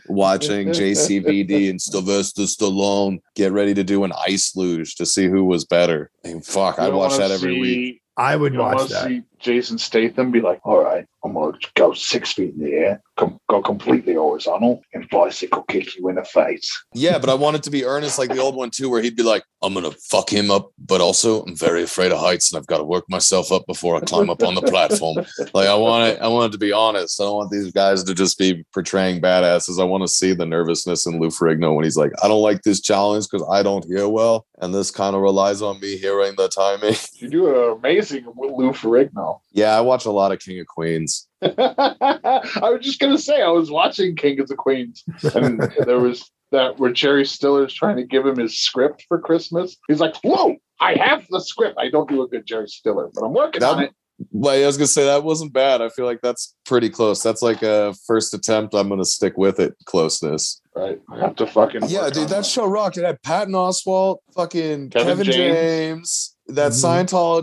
Speaker 7: watching jcvd and sylvester stallone get ready to do an ice luge to see who was better and fuck i'd
Speaker 5: You
Speaker 7: watch
Speaker 5: wanna
Speaker 7: that every
Speaker 5: see-
Speaker 7: week
Speaker 6: I would
Speaker 5: you
Speaker 6: watch
Speaker 5: wanna
Speaker 6: that.
Speaker 5: see Jason Statham be like, all right, I'm gonna go six feet in the air, com- go completely horizontal, and bicycle kick you in the face.
Speaker 7: yeah but i want it to be earnest like the old one too where he'd be like i'm gonna fuck him up but also i'm very afraid of heights and i've got to work myself up before i climb up on the
Speaker 5: [laughs]
Speaker 7: platform Like I want it, I want it to be honest. I don't want these guys to just be portraying badasses. I want to see the nervousness in Lou Ferrigno when he's like, I don't like this challenge because I don't hear well, and this kind of relies on me hearing the timing. [laughs]
Speaker 5: You do an amazing with Lou Ferrigno.
Speaker 7: yeah, I watch a lot of King of Queens.
Speaker 5: [laughs] I was just gonna say I was watching King of the Queens, and
Speaker 7: [laughs]
Speaker 5: there was that where Jerry Stiller's trying to give him his script for Christmas. He's like, "Whoa, I have the script. I don't do a good Jerry Stiller, but I'm working on
Speaker 7: That-
Speaker 5: it."
Speaker 7: Like I was gonna say that wasn't bad. I feel like that's pretty close. That's like a first attempt. I'm gonna stick with it. Closeness.
Speaker 5: Right? I have to fucking
Speaker 7: Yeah,
Speaker 5: work
Speaker 7: dude,
Speaker 5: on
Speaker 7: that show rocked. It had Patton Oswalt, fucking Kevin,
Speaker 5: Kevin
Speaker 7: James.
Speaker 5: James. Mm-hmm.
Speaker 7: that
Speaker 6: Mhm.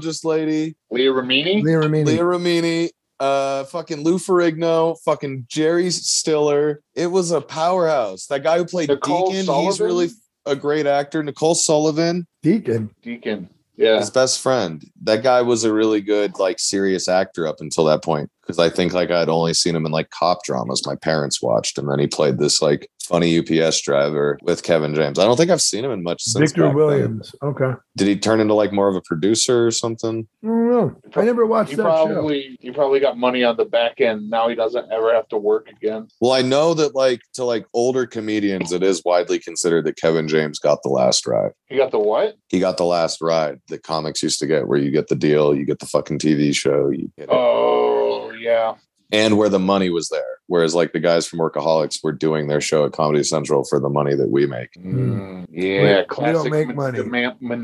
Speaker 7: Scientologist lady.
Speaker 5: Leah Remini.
Speaker 6: Leah Remini.
Speaker 7: Leah Ramini, uh, fucking Lou Ferrigno, fucking Jerry Stiller. It was a powerhouse. That guy who played
Speaker 5: Nicole
Speaker 7: Deacon, he's
Speaker 5: Sullivan?
Speaker 7: really a great actor. Nicole Sullivan,
Speaker 6: Deacon.
Speaker 5: Deacon. Yeah.
Speaker 7: his best friend. That guy was a really good, like, serious actor up until that point. Because I think like I'd only seen him in like cop dramas my parents watched, and then he played this like funny UPS driver with Kevin James. I don't think I've seen him in much since. back
Speaker 6: Victor
Speaker 7: then.
Speaker 6: Williams. Okay.
Speaker 7: Did he turn into like more of a producer or something?
Speaker 6: I don't know. I never watched
Speaker 5: He
Speaker 6: that show.
Speaker 5: probably he probably got money on the back end. Now he doesn't ever have to work again.
Speaker 7: Well, I know that like to like older comedians, it is widely considered that Kevin James got the last ride.
Speaker 5: He got the what?
Speaker 7: He got the last ride that comics used to get, where you get the deal, you get the fucking TV show, you get it.
Speaker 5: Oh yeah.
Speaker 7: and where the money was there. Whereas like the guys from Workaholics were doing their show at Comedy Central for the money that we make. Hmm.
Speaker 6: Mm. We- we
Speaker 5: yeah,
Speaker 6: don't make money.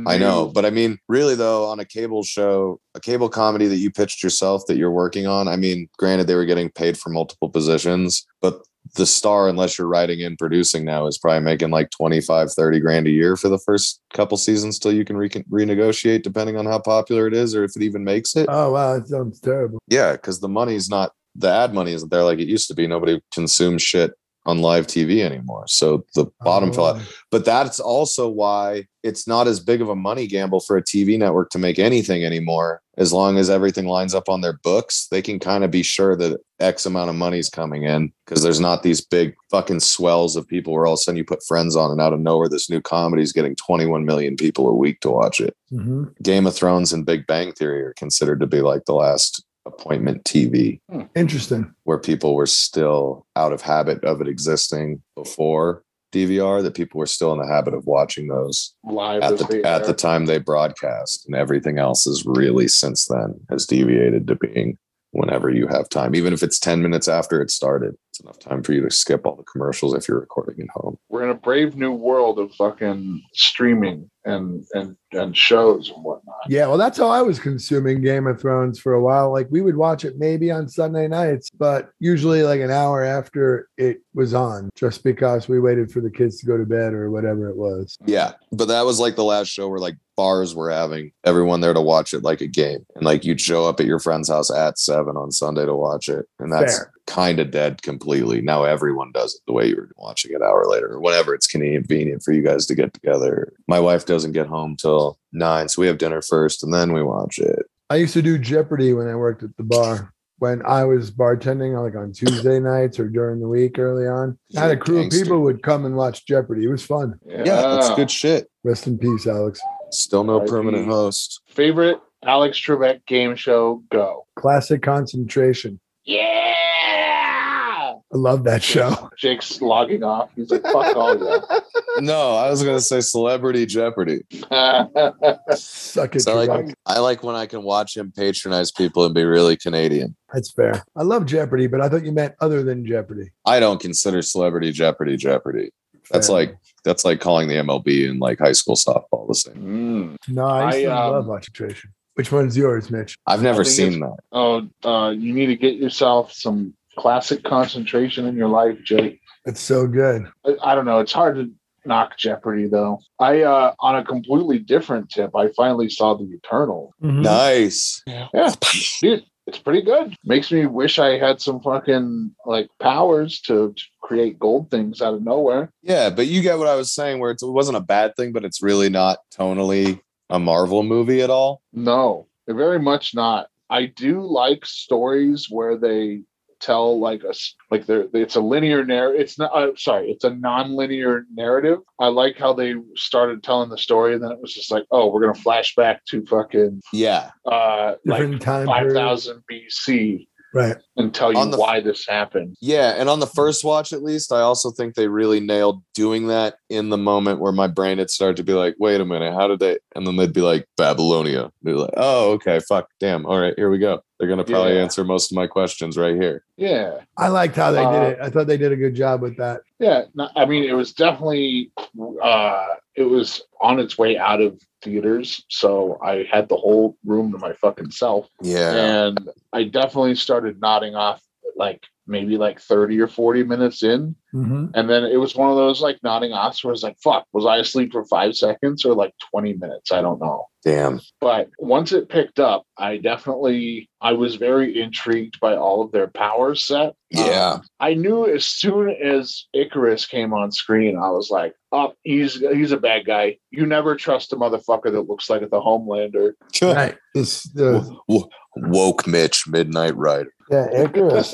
Speaker 7: I know, but I mean, really though, on a cable show, a cable comedy that you pitched yourself that you're working on, I mean, granted they were getting paid for multiple positions, but the star, unless you're writing and producing now, is probably making like 25, 30 grand a year for the first couple seasons till you can re- renegotiate depending on how popular it is or if it even makes it.
Speaker 6: Oh wow, that sounds terrible.
Speaker 7: Yeah, because the money's not the ad money isn't there like it used to be. Nobody consumes shit on live TV anymore. So the bottom fell out
Speaker 6: Oh.
Speaker 7: but that's also why it's not as big of a money gamble for a TV network to make anything anymore. As long as everything lines up on their books, they can kind of be sure that X amount of money's coming in because there's not these big fucking swells of people where all of a sudden you put friends on and out of nowhere this new comedy is getting 21 million people a week to watch it.
Speaker 6: Mhm.
Speaker 7: Game of Thrones and Big Bang Theory are considered to be like the last appointment TV
Speaker 6: Interesting.
Speaker 7: where people were still out of habit of it existing before DVR, that people were still in the habit of watching those
Speaker 5: live
Speaker 7: at
Speaker 5: to
Speaker 7: the
Speaker 5: theater.
Speaker 7: at the time they broadcast, and everything else is really since then has deviated to being whenever you have time, even if it's ten minutes after it started. It's enough time for you to skip all the commercials if you're recording at home.
Speaker 5: We're in a brave new world of fucking streaming and and and shows and whatnot.
Speaker 6: Yeah, well, that's how I was consuming Game of Thrones for a while. Like we would watch it maybe on Sunday nights, but usually like an hour after it was on, just because we waited for the kids to go to bed or whatever it was.
Speaker 7: Yeah, but that was like the last show where like bars were having everyone there to watch it like a game, and like you'd show up at your friend's house at seven on Sunday to watch it, and that's
Speaker 6: Fair.
Speaker 7: kind of dead completely. Now everyone does it the way you were watching it an hour later or whenever it's convenient for you guys to get together. My wife doesn't get home till nine, so we have dinner first and then we watch it.
Speaker 6: I used to do Jeopardy when I worked at the bar. When I was bartending, like on Tuesday nights or during the week early on, I had a crew of
Speaker 7: Gangster.
Speaker 6: people would come and watch Jeopardy. It was fun.
Speaker 5: Yeah,
Speaker 7: Yeah, that's good shit.
Speaker 6: Rest in peace, Alex.
Speaker 7: Still no
Speaker 5: RIP.
Speaker 7: permanent host.
Speaker 5: Favorite Alex Trebek game show? Go.
Speaker 6: Classic concentration.
Speaker 5: Yeah.
Speaker 6: I love that show. [laughs]
Speaker 5: Jake's logging off. He's like, fuck all
Speaker 7: No, I was gonna say Celebrity Jeopardy.
Speaker 5: that. [laughs]
Speaker 6: Suck it.
Speaker 7: So I
Speaker 6: Gerard.
Speaker 7: like I like when I can watch him patronize people and be really Canadian.
Speaker 6: That's fair. I love Jeopardy, but I thought you meant other than Jeopardy.
Speaker 7: I don't consider Celebrity Jeopardy Jeopardy. That's
Speaker 6: Fair.
Speaker 7: like that's like calling the MLB and like high school softball the same.
Speaker 5: Mm.
Speaker 6: no, I, used
Speaker 5: I,
Speaker 6: to
Speaker 5: um,
Speaker 6: love watching Tracy. Which one's yours, Mitch?
Speaker 7: I've never
Speaker 5: think
Speaker 7: seen that.
Speaker 5: Oh, uh, you need to get yourself some classic concentration in your life, Jake.
Speaker 6: It's so good.
Speaker 5: I, I don't know. It's hard to knock Jeopardy though. I uh, on a completely different tip. I finally saw The Eternal.
Speaker 7: Mm-hmm.
Speaker 6: Hmm.
Speaker 7: Nice.
Speaker 5: Yeah, dude, it's pretty good. Makes me wish I had some fucking like powers to, to create gold things out of nowhere.
Speaker 7: Yeah, but you get what I was saying, where it's, it wasn't a bad thing, but it's really not tonally a Marvel movie at all.
Speaker 5: No, very much not. I do like stories where they tell like a s- like they're it's a linear narrative. It's not uh, sorry, it's a non-linear narrative. I like how they started telling the story and then it was just like, oh, we're gonna flash back to fucking
Speaker 7: Yeah,
Speaker 5: uh
Speaker 6: Different
Speaker 5: like
Speaker 6: time
Speaker 5: five
Speaker 6: period.
Speaker 5: thousand BC
Speaker 6: Right.
Speaker 5: and tell you
Speaker 7: On the-
Speaker 5: why this happened.
Speaker 7: yeah. And on the
Speaker 5: Hmm.
Speaker 7: first watch, at least, I also think they really nailed doing that in the moment where my brain had started to be like, "Wait a minute, how did they?" And then they'd be like, "Babylonia." They'd be like, "Oh, okay, fuck, damn, all right, here we go." They're gonna probably
Speaker 5: Yeah.
Speaker 7: answer most of my questions right here.
Speaker 5: Yeah.
Speaker 6: I liked how they
Speaker 5: Uh,
Speaker 6: did it. I thought they did a good job with that.
Speaker 5: Yeah, no, I mean, it was definitely uh, it was on its way out of theaters, so I had the whole room to my fucking self,
Speaker 7: Yeah,
Speaker 5: and I definitely started nodding off like maybe like thirty or forty minutes in,
Speaker 6: [laughs] Mhm.
Speaker 5: and then it was one of those like nodding offs where it's like, fuck, was I asleep for five seconds or like twenty minutes? I don't know
Speaker 7: damn.
Speaker 5: but once it picked up i definitely i was very intrigued by all of their power set
Speaker 7: Yeah.
Speaker 5: Um, i knew as soon as icarus came on screen i was like oh he's he's a bad guy you never trust a motherfucker that looks like the
Speaker 7: [laughs]
Speaker 5: homelander
Speaker 6: Right. This the
Speaker 7: W- w- Um, woke Mitch, Midnight Rider.
Speaker 6: yeah, Icarus,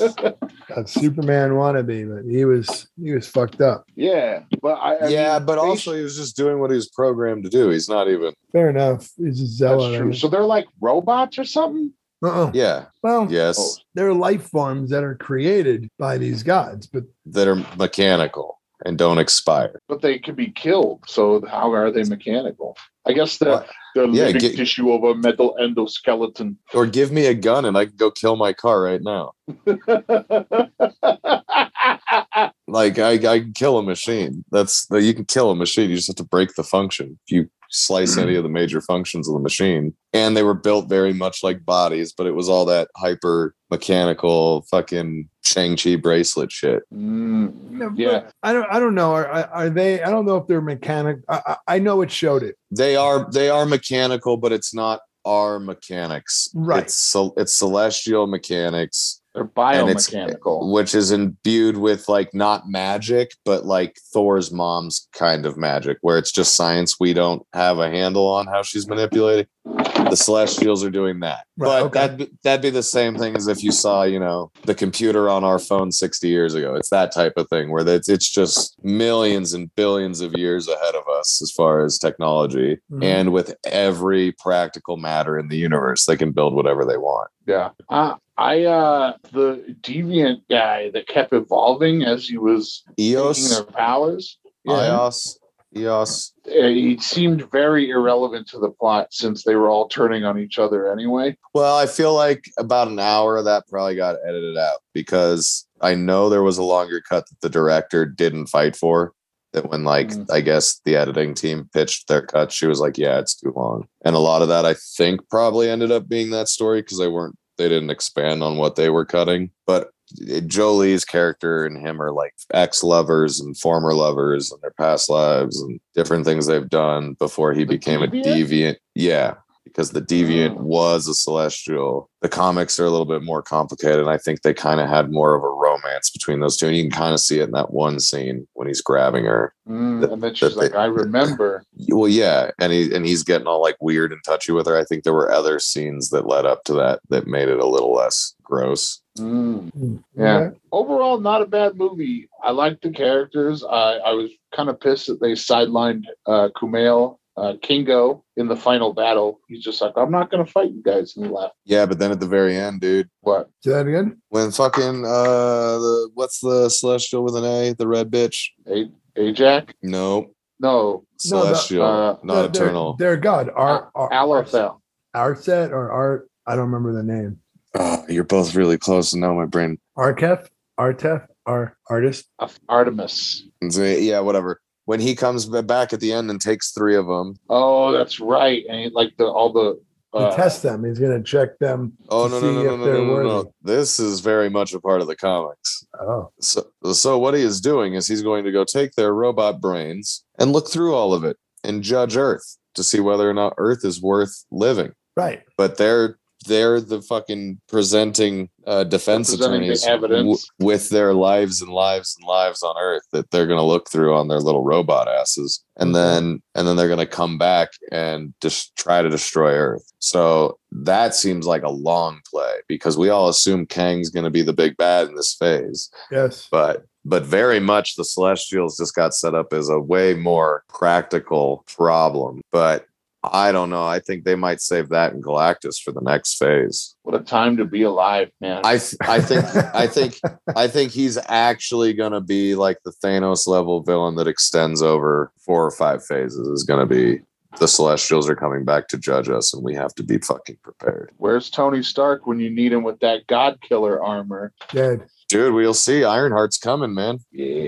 Speaker 5: [laughs]
Speaker 6: a Superman wannabe, but he was he was fucked up.
Speaker 5: yeah but i, I
Speaker 7: yeah,
Speaker 5: mean,
Speaker 7: but
Speaker 5: they-
Speaker 7: also he was just doing what he was programmed to do. He's not even.
Speaker 6: Fair enough. He's a zealot.
Speaker 5: that's true so they're like robots or something
Speaker 6: Uh-uh.
Speaker 7: Yeah.
Speaker 6: Well,
Speaker 7: Yes.
Speaker 5: Oh.
Speaker 6: they're life forms that are created by these gods, but
Speaker 7: That are mechanical and don't expire.
Speaker 5: but they could be killed so how are they mechanical i guess
Speaker 7: What?
Speaker 5: the the
Speaker 7: Yeah,
Speaker 5: living
Speaker 7: get-
Speaker 5: tissue of a metal endoskeleton [laughs]
Speaker 7: Or give me a gun and I can go kill my car right now. Like I, I can kill a machine. That's you can kill a machine. You just have to break the function. If you slice any of the major functions of the machine, and they were built very much like bodies, but it was all that hyper mechanical fucking Shang Chi bracelet shit.
Speaker 6: [laughs]
Speaker 5: Mm,
Speaker 6: But
Speaker 5: yeah,
Speaker 6: I don't. I don't know. Are, are are they? I don't know if they're mechanic. I, I I know it showed it.
Speaker 7: they are they are mechanical but it's not our mechanics
Speaker 6: Right.
Speaker 7: it's, cel- it's celestial mechanics
Speaker 5: they're
Speaker 7: And it's-
Speaker 5: biomechanical.
Speaker 7: which is imbued with like not magic but like thor's mom's kind of magic where it's just science we don't have a handle on how she's manipulating the celestials are doing that
Speaker 6: Right,
Speaker 7: but
Speaker 6: okay.
Speaker 7: that'd, be- that'd be the same thing as if you saw you know the computer on our phone 60 years ago it's that type of thing where it's, it's just millions and billions of years ahead of us as far as technology
Speaker 6: Mhm.
Speaker 7: and with every practical matter in the universe they can build whatever they want
Speaker 5: Yeah, I, I, uh, the deviant guy that kept evolving as he was taking
Speaker 7: eos
Speaker 5: their powers. Yeah,
Speaker 7: ios eos
Speaker 5: uh, he seemed very irrelevant to the plot since they were all turning on each other anyway.
Speaker 7: Well, I feel like about an hour of that probably got edited out because I know there was a longer cut that the director didn't fight for. That when, like,
Speaker 5: Mm.
Speaker 7: I guess the editing team pitched their cut, she was like, "Yeah, it's too long." And a lot of that, I think, probably ended up being that story because they weren't, they didn't expand on what they were cutting. But Jolie's character and him are like ex lovers and former lovers and their past lives and different things they've done before he
Speaker 5: The
Speaker 7: became a
Speaker 5: Deviant?
Speaker 7: deviant. Yeah because the deviant
Speaker 5: Oh.
Speaker 7: was a celestial the comics are a little bit more complicated and i think they kind of had more of a romance between those two and you can kind of see it in that one scene when he's grabbing her
Speaker 5: Mm, and then
Speaker 7: that
Speaker 5: she's
Speaker 7: they-
Speaker 5: like, "I remember."
Speaker 7: well yeah and he and he's getting all like weird and touchy with her i think there were other scenes that led up to that that made it a little less gross
Speaker 5: Mm.
Speaker 6: Mm.
Speaker 5: Yeah.
Speaker 6: Right.
Speaker 5: Overall, not a bad movie. I liked the characters. I, I was kind of pissed that they sidelined uh, Kumail uh, Kingo in the final battle, he's just like, I'm not going to fight you guys. And he left.
Speaker 7: Yeah, but then at the very end, dude,
Speaker 5: What?
Speaker 6: Do that again?
Speaker 7: when fucking uh, the, what's the celestial with an A? The red bitch?
Speaker 5: A- Ajak?
Speaker 7: No,
Speaker 5: No.
Speaker 7: celestial,
Speaker 5: uh,
Speaker 7: not
Speaker 6: They're- they're-
Speaker 7: eternal.
Speaker 6: They're, God. Our, our,
Speaker 5: Alafel.
Speaker 6: Arset or Art? I don't remember the name.
Speaker 7: Ah, you're both really close, and now my brain.
Speaker 6: Arkef? Artef? Our artist?
Speaker 5: Artemis.
Speaker 7: it's a- Yeah, whatever. When he comes ba- back at the end and takes three of them.
Speaker 5: Oh, that's right. And he, like the all the.
Speaker 6: to
Speaker 5: Uh,
Speaker 6: test them. He's going to check them.
Speaker 7: Oh
Speaker 6: to
Speaker 7: no no
Speaker 6: see
Speaker 7: no
Speaker 6: if
Speaker 7: no
Speaker 6: they're
Speaker 7: no, no, no
Speaker 6: worthy.
Speaker 7: no! This is very much a part of the comics.
Speaker 6: Oh,
Speaker 7: So, so what he is doing is he's going to go take their robot brains and look through all of it and judge Earth to see whether or not Earth is worth living.
Speaker 6: right.
Speaker 7: But they're they're the fucking presenting uh, defense
Speaker 5: Presenting the
Speaker 7: attorneys
Speaker 5: evidence.
Speaker 7: with their lives and lives and lives on Earth that they're going to look through on their little robot asses, and then and then they're going to come back and just try to destroy Earth. So that seems like a long play because we all assume Kang's going to be the big bad in this phase
Speaker 6: Yes.
Speaker 7: but but very much the celestials just got set up as a way more practical problem but i don't know i think they might save that in galactus for the next phase
Speaker 5: what a time to be alive, man.
Speaker 7: i th- i think
Speaker 5: [laughs]
Speaker 7: i think i think he's actually going to be like the thanos level villain that extends over four or five phases is going to be the celestials are coming back to judge us and we have to be fucking prepared
Speaker 5: Where's Tony Stark when you need him with that God Killer armor?
Speaker 6: Dead.
Speaker 7: dude we'll see ironheart's coming man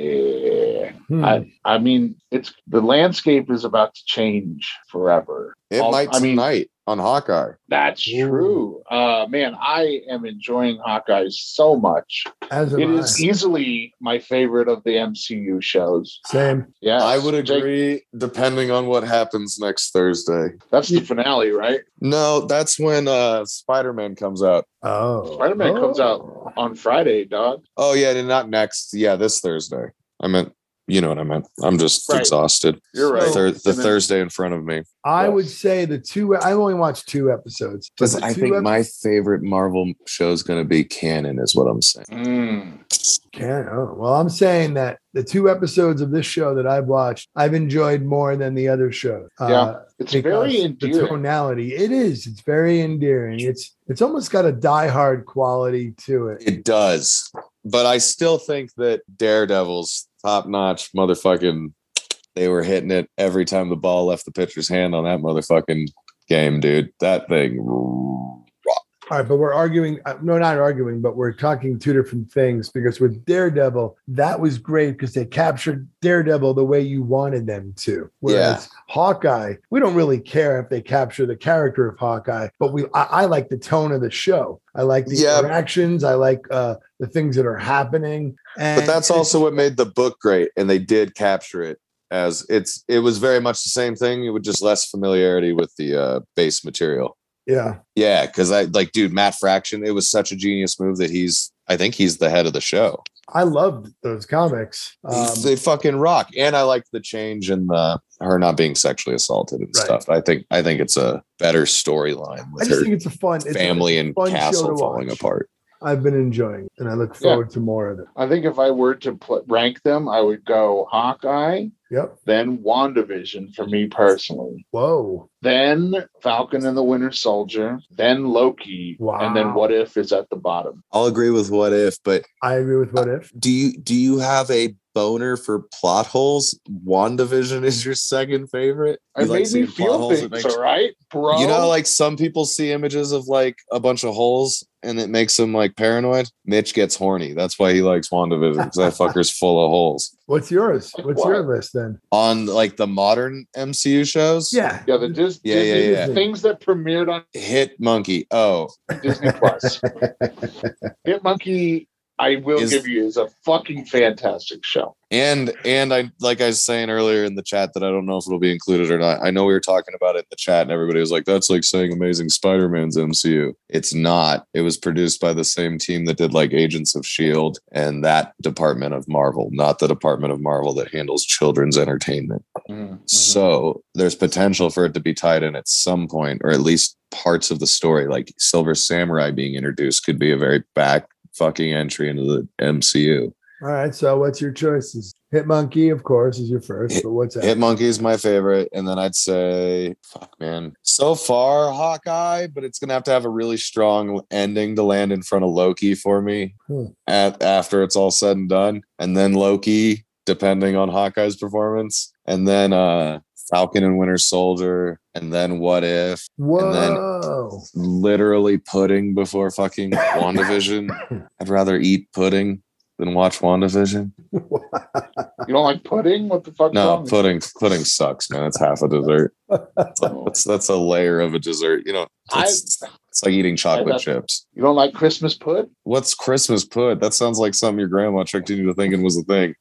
Speaker 5: Yeah.
Speaker 6: Hmm.
Speaker 5: I, I mean, it's the landscape is about to change forever.
Speaker 7: it
Speaker 5: All-
Speaker 7: might
Speaker 5: I mean-
Speaker 7: tonight on hawkeye
Speaker 5: That's
Speaker 6: Ooh.
Speaker 5: true. Uh, man, I am enjoying Hawkeye so much.
Speaker 6: As am
Speaker 5: It
Speaker 6: I.
Speaker 5: is easily my favorite of the MCU shows.
Speaker 6: Same.
Speaker 5: Yeah,
Speaker 7: I would
Speaker 5: Jake,
Speaker 7: agree, depending on what happens next Thursday.
Speaker 5: that's the finale, right?
Speaker 7: No, that's when uh Spider Man comes out.
Speaker 6: Oh.
Speaker 5: Spider Man comes out on Friday, dog.
Speaker 7: Oh yeah, and not next. Yeah, this Thursday. I meant, you know what I meant. I'm just
Speaker 5: Right.
Speaker 7: exhausted.
Speaker 5: You're
Speaker 7: The,
Speaker 5: right.
Speaker 7: thir- the
Speaker 5: And then-
Speaker 7: Thursday in front of me.
Speaker 6: I
Speaker 5: Yes.
Speaker 6: would say the two. I've only watched two episodes. but the two ep-
Speaker 7: my favorite Marvel show is going to be canon, is what I'm saying.
Speaker 5: Mm,
Speaker 6: Can, oh, well, I'm saying that the two episodes of this show that I've watched, I've enjoyed more than the other show.
Speaker 5: Yeah. it's very
Speaker 6: because The
Speaker 5: endearing.
Speaker 6: tonality, it is. It's very endearing. It's it's almost got a diehard quality to it.
Speaker 7: It does, but I still think that Daredevil's top notch motherfucking. They were hitting it every time the ball left the pitcher's hand on that motherfucking game, dude. That thing
Speaker 6: All right, but we're arguing. uh, No, not arguing, but we're talking two different things because with Daredevil, that was great because they captured Daredevil the way you wanted them to. Whereas Hawkeye, we don't really care if they capture the character of Hawkeye, but we I, I like the tone of the show. I like the
Speaker 7: Yeah.
Speaker 6: interactions. I like uh, the things that are happening. And
Speaker 7: but
Speaker 6: it's-
Speaker 7: that's also what made the book great and they did capture it as it's it was very much the same thing with just less familiarity with the uh, base material
Speaker 6: yeah,
Speaker 7: yeah because i like dude matt fraction it was such a genius move that he's i think he's the head of the show
Speaker 6: I loved those comics. Um,
Speaker 7: they fucking rock and i like the change in the her not being sexually assaulted and
Speaker 6: Right.
Speaker 7: stuff i think i think it's a better storyline
Speaker 6: I
Speaker 7: with
Speaker 6: just
Speaker 7: her
Speaker 6: think it's a fun it's a-
Speaker 7: family and
Speaker 6: fun show
Speaker 7: castle
Speaker 6: to
Speaker 7: falling
Speaker 6: watch.
Speaker 7: apart
Speaker 6: I've been enjoying, and I look
Speaker 5: Yeah.
Speaker 6: forward to more of it.
Speaker 5: I think if I were to pl- rank them, I would go Hawkeye,
Speaker 6: Yep.
Speaker 5: then WandaVision for me personally.
Speaker 6: Whoa.
Speaker 5: then Falcon and the Winter Soldier, then Loki,
Speaker 6: Wow.
Speaker 5: and then What If is at the bottom.
Speaker 7: i'll agree with what if but
Speaker 6: I agree with what if.
Speaker 7: do you do you have a boner for plot holes? WandaVision is your second favorite.
Speaker 5: It made me
Speaker 7: seeing plot
Speaker 5: feel
Speaker 7: holes? It
Speaker 5: things,
Speaker 7: makes-
Speaker 5: all right, bro.
Speaker 7: You know, like some people see images of like a bunch of holes and it makes them like paranoid. Mitch gets horny. That's why he likes WandaVision because
Speaker 6: [laughs]
Speaker 7: that fucker's full of holes.
Speaker 6: What's yours? What's
Speaker 5: What?
Speaker 6: your list then?
Speaker 7: On like the modern MCU shows,
Speaker 6: Yeah.
Speaker 5: yeah, the Dis-
Speaker 7: Yeah, yeah,
Speaker 5: Disney
Speaker 7: yeah.
Speaker 5: things that premiered on [laughs]
Speaker 7: Hit Monkey. Oh,
Speaker 5: Disney Plus. Hit Monkey, I will
Speaker 7: Is-
Speaker 5: give you, is a fucking fantastic show.
Speaker 7: And and I like I was saying earlier in the chat that I don't know if it'll be included or not. I know we were talking about it in the chat, and everybody was like, "That's like saying Amazing Spider-Man's MCU." It's not. It was produced by the same team that did like Agents of Shield E and that department of Marvel, not the department of Marvel that handles children's entertainment. So there's potential for it to be tied in at some point, or at least parts of the story, like Silver Samurai being introduced, could be a very back fucking entry into the MCU.
Speaker 6: All right. So what's your choices? Hit Monkey, of course, is your first, but what's that?
Speaker 7: Hit Monkey's my favorite, and then I'd say, fuck, man. So far, Hawkeye, but it's gonna have to have a really strong ending to land in front of Loki for me.
Speaker 6: Hmm.
Speaker 7: At after it's all said and done, and then Loki, depending on Hawkeye's performance, and then uh Falcon and Winter Soldier, and then What If? then-
Speaker 6: Whoa. [laughs]
Speaker 7: Literally pudding before fucking WandaVision. I'd rather eat pudding than watch WandaVision.
Speaker 5: You don't like pudding? What the fuck?
Speaker 7: No, pudding pudding sucks, man. It's half a dessert. That's that's a layer of a dessert. You know,
Speaker 5: I-
Speaker 7: it's, it's like eating chocolate
Speaker 5: I-
Speaker 7: chips.
Speaker 5: You don't like Christmas pud?
Speaker 7: What's Christmas pud? That sounds like something your grandma tricked you into thinking was a thing.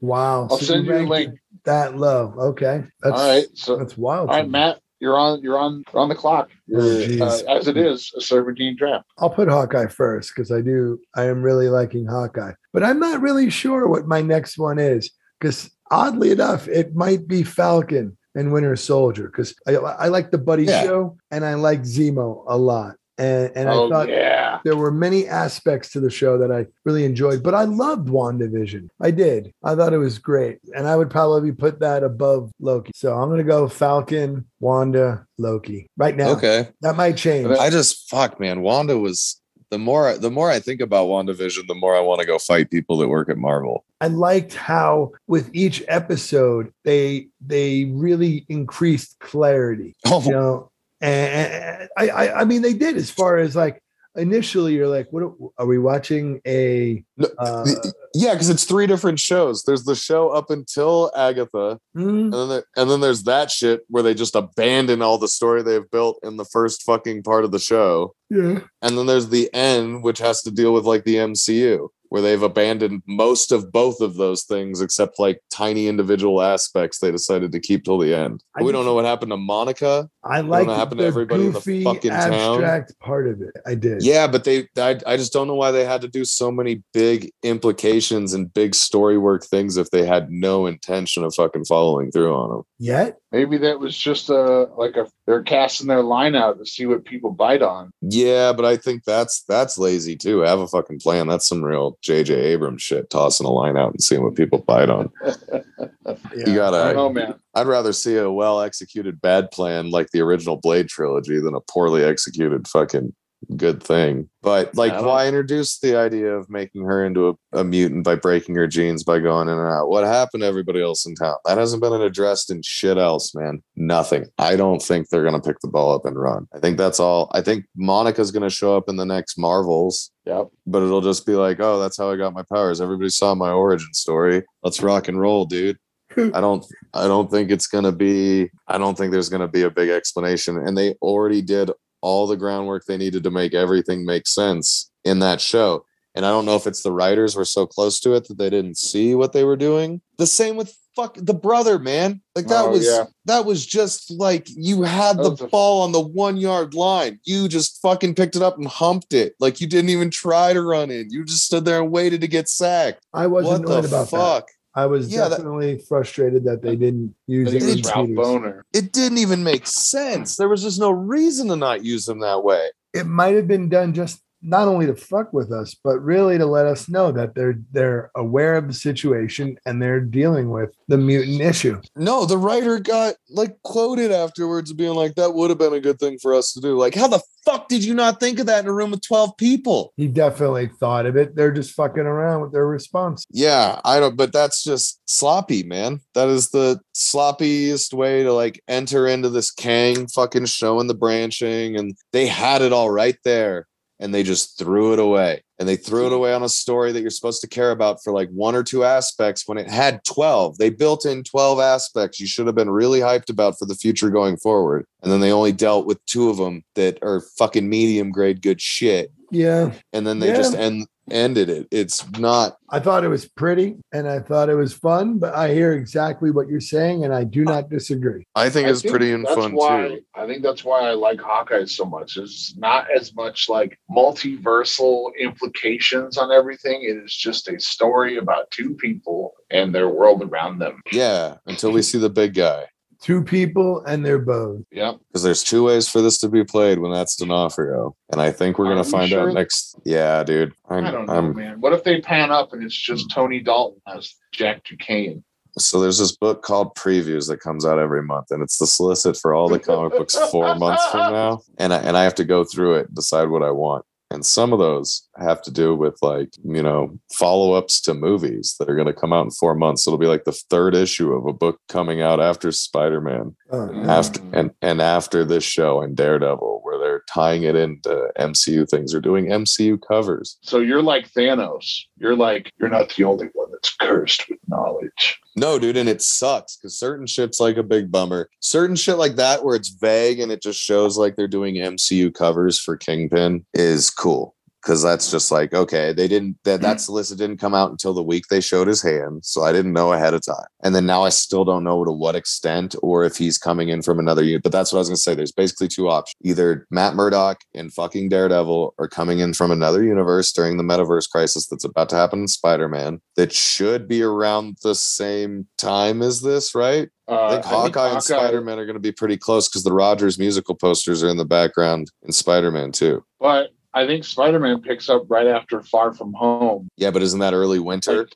Speaker 6: Wow.
Speaker 5: I'll
Speaker 6: So
Speaker 5: send you a
Speaker 6: ranked
Speaker 5: link.
Speaker 6: it That low. Okay. That's
Speaker 5: All right. So
Speaker 6: That's wild.
Speaker 5: all right,
Speaker 6: to me.
Speaker 5: Matt, you're on you're on you're on the clock. You're, uh,
Speaker 6: jeez.
Speaker 5: as it is, a serpentine draft.
Speaker 6: I'll put Hawkeye first because I do. I am really liking Hawkeye, but I'm not really sure what my next one is because oddly enough, it might be Falcon and Winter Soldier because I, I like the buddy
Speaker 7: Yeah.
Speaker 6: show and I like Zemo a lot. And, and
Speaker 5: oh
Speaker 6: I thought
Speaker 5: yeah.
Speaker 6: there were many aspects to the show that I really enjoyed, but I loved WandaVision. I did. I thought it was great. And I would probably put that above Loki. So I'm going to go Falcon, Wanda, Loki right now.
Speaker 7: Okay,
Speaker 6: That might change.
Speaker 7: I just fuck, man. Wanda was the more the more I think about WandaVision, the more I want to go fight people that work at Marvel. [laughs]
Speaker 6: I liked how with each episode they they really increased clarity.
Speaker 7: Oh,
Speaker 6: You know, and I, I I mean they did as far as like initially you're like, what are- are we watching a?
Speaker 7: No,
Speaker 6: Uh,
Speaker 7: yeah, because it's three different shows. There's the show up until Agatha,
Speaker 6: hmm?
Speaker 7: And then, there- and then there's that shit where they just abandon all the story they've built in the first fucking part of the show.
Speaker 6: yeah,
Speaker 7: And then there's the end, which has to deal with like the MCU, where they've abandoned most of both of those things except like tiny individual aspects they decided to keep till the end.
Speaker 6: I
Speaker 7: we
Speaker 6: just-
Speaker 7: don't know what happened to Monica.
Speaker 6: I like
Speaker 7: know what happened to
Speaker 6: the
Speaker 7: everybody in the
Speaker 6: goofy,
Speaker 7: fucking town?
Speaker 6: abstract part of it. I did.
Speaker 7: Yeah, but they, I, I just don't know why they had to do so many big implications and big story work things if they had no intention of fucking following through on them.
Speaker 6: Yet
Speaker 5: Maybe that was just a like a they're casting their line out to see what people bite on.
Speaker 7: Yeah, but I think that's that's lazy too. Have a fucking plan. That's some real JJ Abrams shit, tossing a line out and seeing what people bite on. You
Speaker 5: I don't
Speaker 7: gotta
Speaker 5: know, man.
Speaker 7: I'd rather see a well executed bad plan like the original Blade trilogy than a poorly executed fucking good thing. But like
Speaker 5: I don't-
Speaker 7: why introduce the idea of making her into a, a mutant by breaking her genes by going in and out? What happened to everybody else in town? That hasn't been addressed in shit else, man. Nothing. I don't think they're gonna pick the ball up and run. I think that's all. I think Monica's gonna show up in the next Marvels
Speaker 5: Yep.
Speaker 7: but it'll just be like, oh, that's how I got my powers. Everybody saw my origin story. Let's rock and roll,
Speaker 5: [laughs]
Speaker 7: dude. I don't I don't think it's gonna be I don't think there's gonna be a big explanation. And they already did all the groundwork they needed to make everything make sense in that show. And I don't know if it's the writers were so close to it that they didn't see what they were doing. The same with fuck the brother, man. Like that
Speaker 5: Oh,
Speaker 7: was
Speaker 5: yeah.
Speaker 7: that was just like you had
Speaker 5: That
Speaker 7: the
Speaker 5: was a-
Speaker 7: ball on the one yard line. You just fucking picked it up and humped it. Like you didn't even try to run in. You just stood there and waited to get sacked.
Speaker 6: I was
Speaker 7: What
Speaker 6: annoyed
Speaker 7: the
Speaker 6: about that.
Speaker 7: fuck?
Speaker 6: I was
Speaker 7: Yeah, that-
Speaker 6: definitely frustrated that they didn't
Speaker 5: I
Speaker 6: use
Speaker 5: think it
Speaker 6: Aaron
Speaker 5: was Ralph
Speaker 6: Peters.
Speaker 5: Boner.
Speaker 7: It didn't even make sense. There was just no reason to not use him that way.
Speaker 6: it might have been done just not only to fuck with us, but really to let us know that they're they're aware of the situation and they're dealing with the mutant issue.
Speaker 7: No, the writer got like quoted afterwards being like, that would have been a good thing for us to do. Like, how the fuck did you not think of that in a room with 12 people?
Speaker 6: He definitely thought of it. They're just fucking around with their response.
Speaker 7: Yeah, I don't, but that's just sloppy, man. That is the sloppiest way to like enter into this Kang fucking show and the branching. And they had it all right there and they just threw it away. And they threw it away on a story that you're supposed to care about for like one or two aspects when it had 12. They built in 12 aspects you should have been really hyped about for the future going forward. And then they only dealt with two of them that are fucking medium grade good shit.
Speaker 6: Yeah.
Speaker 7: And then they
Speaker 6: Yeah.
Speaker 7: just end ended it. It's not
Speaker 6: I thought it was pretty and I thought it was fun, but I hear exactly what you're saying and I do not disagree.
Speaker 7: I think it's pretty and
Speaker 5: that's
Speaker 7: fun
Speaker 5: why,
Speaker 7: too.
Speaker 5: I think that's why I like Hawkeye so much. It's not as much like multiversal implications on everything. It is just a story about two people and their world around them.
Speaker 7: Yeah, until we see the big guy.
Speaker 6: Two people and their bones.
Speaker 5: Yep.
Speaker 7: because there's two ways for this to be played when that's D'Onofrio, and I think we're
Speaker 5: Are
Speaker 7: gonna
Speaker 5: we
Speaker 7: find
Speaker 5: sure?
Speaker 7: out next. Yeah, dude. I'm,
Speaker 5: I don't know,
Speaker 7: I'm-
Speaker 5: man. What if they pan up and it's just Tony Dalton as Jack Duquesne?
Speaker 7: so there's this book called Previews that comes out every month, and it's the solicit for all the comic books four months
Speaker 5: [laughs]
Speaker 7: from now, and I, and I have to go through it, and decide what I want. And some of those have to do with like you know follow ups to movies that are going to come out in four months. It'll be like the third issue of a book coming out after Spider Man.
Speaker 6: Oh, no.
Speaker 7: after
Speaker 5: Mm.
Speaker 7: and and after this show and Daredevil, where they're tying it into MCU things, or doing MCU covers.
Speaker 5: So you're like Thanos. You're like you're not the only one that's cursed with knowledge.
Speaker 7: No, dude, and it sucks because certain shit's like a big bummer. Certain shit like that, where it's vague and it just shows like they're doing MCU covers for Kingpin, is cool because that's just like okay, they didn't that that solicit didn't come out until the week they showed his hand, so I didn't know ahead of time, and then now I still don't know to what extent or if he's coming in from another unit. But that's what I was gonna say. There's basically two options: either Matt Murdock and fucking Daredevil are coming in from another universe during the metaverse crisis that's about to happen in Spider-Man that should be around the same time as this, right?
Speaker 5: Uh,
Speaker 7: I think Hawkeye, and Spider-Man are going to be pretty close because the Rogers musical posters are in the background in Spider-Man too.
Speaker 5: But I think Spider-Man picks up right after Far From Home.
Speaker 7: Yeah, but isn't that early winter?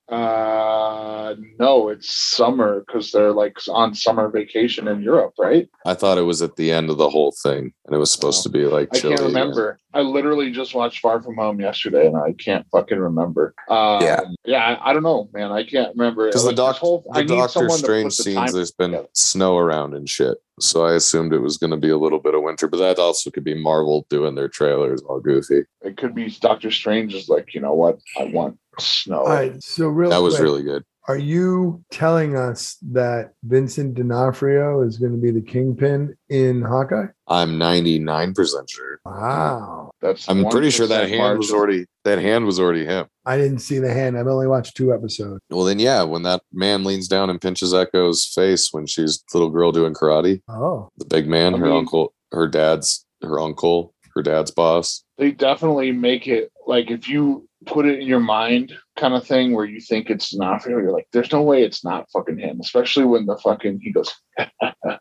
Speaker 5: Uh, no, it's summer because they're like on summer vacation in Europe, right?
Speaker 7: I thought it was at the end of the whole thing, and it was supposed to be like
Speaker 5: Oh. I
Speaker 7: chilly.
Speaker 5: can't
Speaker 7: again.
Speaker 5: remember. I literally just watched Far From Home yesterday, and I can't fucking remember. Um,
Speaker 7: Yeah.
Speaker 5: yeah, I, I don't know, man. I can't remember
Speaker 7: Because the,
Speaker 5: Like, this
Speaker 7: doc-
Speaker 5: whole- I
Speaker 7: the
Speaker 5: need
Speaker 7: Doctor
Speaker 5: someone to
Speaker 7: Strange
Speaker 5: put the
Speaker 7: scenes,
Speaker 5: time-
Speaker 7: there's been
Speaker 5: together.
Speaker 7: snow around and shit. So I assumed it was going to be a little bit of winter, but that also could be Marvel doing their trailers all goofy.
Speaker 5: It could be Doctor Strange is like, you know what? I want snow.
Speaker 6: All right. So real
Speaker 7: That was
Speaker 6: quick,
Speaker 7: really good.
Speaker 6: Are you telling us that Vincent D'Onofrio is going to be the kingpin in Hawkeye?
Speaker 7: I'm 99% sure.
Speaker 6: Wow.
Speaker 5: That's
Speaker 7: I'm pretty sure that
Speaker 5: 1%
Speaker 7: hand was
Speaker 5: margin.
Speaker 7: already that hand was already him.
Speaker 6: I didn't see the hand. I've only watched two episodes.
Speaker 7: Well, then, yeah, when that man leans down and pinches Echo's face when she's little girl doing karate,
Speaker 6: Oh,
Speaker 7: the big man,
Speaker 5: I
Speaker 7: her
Speaker 5: mean-
Speaker 7: uncle, her dad's, her uncle, her dad's boss.
Speaker 5: they definitely make it like if you put it in your mind kind of thing where you think it's not fair, you're like, there's no way it's not fucking him, especially when the fucking he goes [laughs] or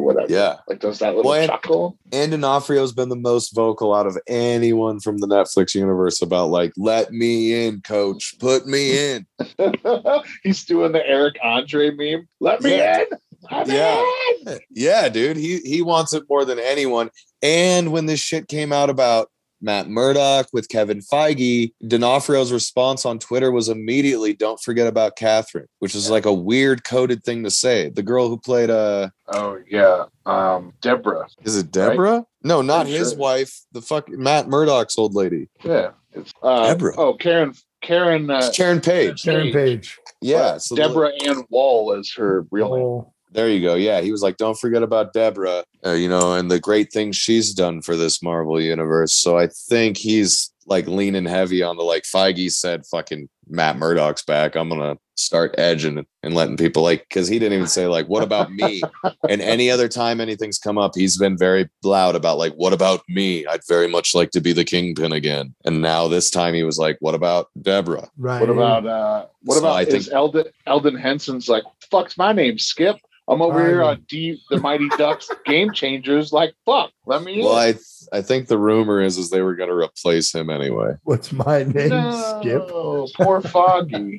Speaker 5: whatever.
Speaker 7: Yeah.
Speaker 5: Like does that little
Speaker 7: Well, and-
Speaker 5: chuckle?
Speaker 7: And D'Onofrio's been the most vocal out of anyone from the Netflix universe about like, let me in, coach, put me in.
Speaker 5: [laughs] He's doing the Eric Andre meme. Let me
Speaker 7: Yeah.
Speaker 5: in. I'm
Speaker 7: Yeah.
Speaker 5: in.
Speaker 7: yeah, dude, he he wants it more than anyone. And when this shit came out about Matt Murdock with Kevin Feige, D'Onofrio's response on Twitter was immediately, "Don't forget about Catherine," which is like a weird coded thing to say. The girl who played uh,
Speaker 5: Oh yeah. Um Deborah.
Speaker 7: is it Deborah? No, not
Speaker 5: Pretty
Speaker 7: his
Speaker 5: sure.
Speaker 7: wife. The fuck, Matt Murdock's old lady.
Speaker 5: Yeah. It's uh,
Speaker 7: Deborah.
Speaker 5: Oh Karen Karen uh,
Speaker 7: It's Karen Page.
Speaker 6: Karen Page.
Speaker 7: Yeah, so the-
Speaker 5: Deborah Ann Wall is her real name.
Speaker 6: Oh,
Speaker 7: There you go. Yeah, he was like, "Don't forget about Deborah," uh, you know, and the great things she's done for this Marvel universe. So I think he's like leaning heavy on the like Feige said, "Fucking Matt Murdock's back. I'm gonna start edging and letting people like because he didn't even say like, "What about me?" and any other time anything's come up, he's been very loud about like, "What about me? I'd very much like to be the kingpin again." And now this time he was like, "What about Deborah?"
Speaker 6: right.
Speaker 5: What about uh what
Speaker 7: So
Speaker 5: about
Speaker 7: I
Speaker 5: is
Speaker 7: think-
Speaker 5: Eldon Eldon Henson's like fuck's my name, Skip? I'm over here
Speaker 6: Right.
Speaker 5: on D the Mighty Ducks game changers like fuck, let me
Speaker 7: Well,
Speaker 5: in.
Speaker 7: I I think the rumor is is they were gonna replace him anyway.
Speaker 6: [laughs] What's my name? Skip.
Speaker 5: No, poor Foggy.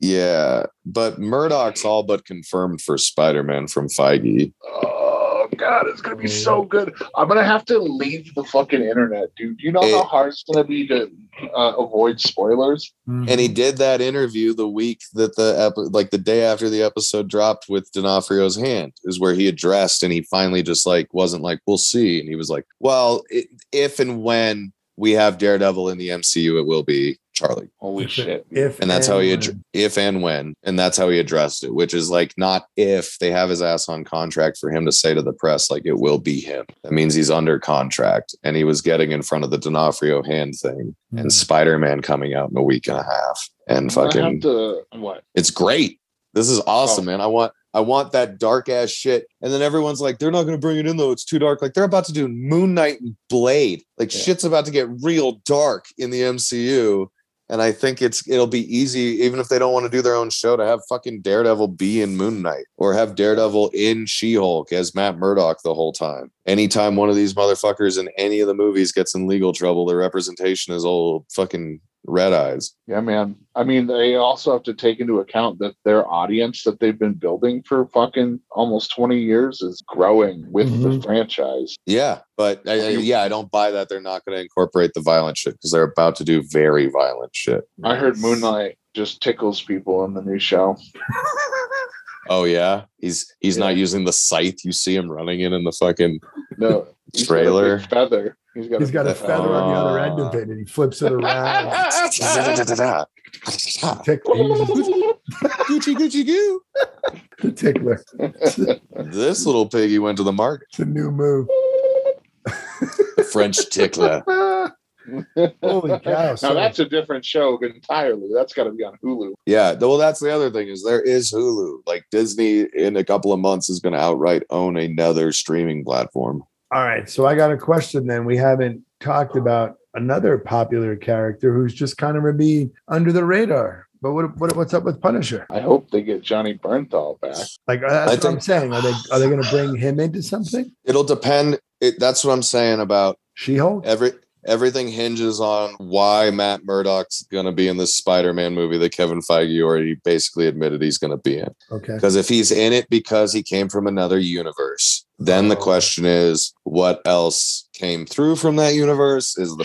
Speaker 7: Yeah, but Murdoch's all but confirmed for Spider-Man from Feige.
Speaker 5: Oh god, it's gonna be so good. I'm gonna have to leave the fucking internet, dude. You know how
Speaker 7: It-
Speaker 5: hard it's gonna be to uh, avoid spoilers.
Speaker 6: Mm.
Speaker 7: And he did that interview the week that the epi- like the day after the episode dropped with D'Onofrio's hand is where he addressed and he finally just like wasn't like we'll see and he was like, "Well, i if and when we have Daredevil in the MCU, it will be Charlie."
Speaker 5: Holy shit!
Speaker 6: If
Speaker 7: And that's how he
Speaker 6: when.
Speaker 7: ad- if and when and that's how he addressed it, which is like not if they have his ass on contract for him to say to the press like it will be him. That means he's under contract and he was getting in front of the D'Onofrio hand thing
Speaker 6: Mm-hmm.
Speaker 7: and Spider-Man coming out in a week and a half and
Speaker 5: I'm gonna have
Speaker 7: fucking
Speaker 5: to what?
Speaker 7: it's great. This is awesome,
Speaker 5: Oh.
Speaker 7: man. I want I want that dark ass shit. And then everyone's like, they're not gonna bring it in though. It's too dark. Like they're about to do Moon Knight and Blade. Like
Speaker 5: Yeah.
Speaker 7: shit's about to get real dark in the MCU. And I think it's it'll be easy, even if they don't want to do their own show, to have fucking Daredevil be in Moon Knight or have Daredevil in She Hulk as Matt Murdock the whole time. Anytime one of these motherfuckers in any of the movies gets in legal trouble, their representation is all fucking red eyes.
Speaker 5: Yeah, man. I mean, they also have to take into account that their audience that they've been building for fucking almost 20 years is growing with
Speaker 6: Mhm.
Speaker 5: the franchise.
Speaker 7: Yeah, but I, I- yeah, I don't buy that they're not going to incorporate the violent shit because they're about to do very violent shit.
Speaker 5: I heard Moonlight just tickles people in the new show.
Speaker 7: Oh yeah, he's he's not
Speaker 5: Yeah.
Speaker 7: using the scythe. You see him running in in the fucking
Speaker 5: No he's got a big
Speaker 7: Trailer.
Speaker 5: feather. He's got
Speaker 6: Mm. He's got a feather on the other end of it, and he flips it around.
Speaker 7: Da-da-da-da-da.
Speaker 6: Tick-
Speaker 7: Oh.
Speaker 6: he's
Speaker 7: [laughs]
Speaker 6: [laughs]
Speaker 7: Gucci Gucci Goo.
Speaker 6: the tickler.
Speaker 7: This little piggy went to the market.
Speaker 6: It's a new move.
Speaker 7: French tickler.
Speaker 6: Holy cow!
Speaker 5: [laughs] Now
Speaker 6: So
Speaker 5: that's a different show entirely. That's got to be on Hulu.
Speaker 7: Yeah. th- Well, that's the other thing is there is Hulu. Like Disney in a couple of months is going to outright own another streaming platform.
Speaker 6: All right. So I got a question then. We haven't talked about another popular character who's just kind of being under the radar. But what, what what's up with Punisher?
Speaker 5: I hope they get Johnny Bernthal back.
Speaker 6: Like uh, that's what I'm
Speaker 7: think-
Speaker 6: saying. Are they are they going to bring him into something?
Speaker 7: It'll depend. It, that's what I'm saying about
Speaker 6: She Hulk.
Speaker 7: every everything hinges on why Matt Murdock's going to be in this Spider-Man movie that Kevin Feige already basically admitted he's going to be in.
Speaker 6: Okay.
Speaker 7: Because if he's in it because he came from another universe, then
Speaker 6: Oh.
Speaker 7: the question is, what else came through from that universe? Is the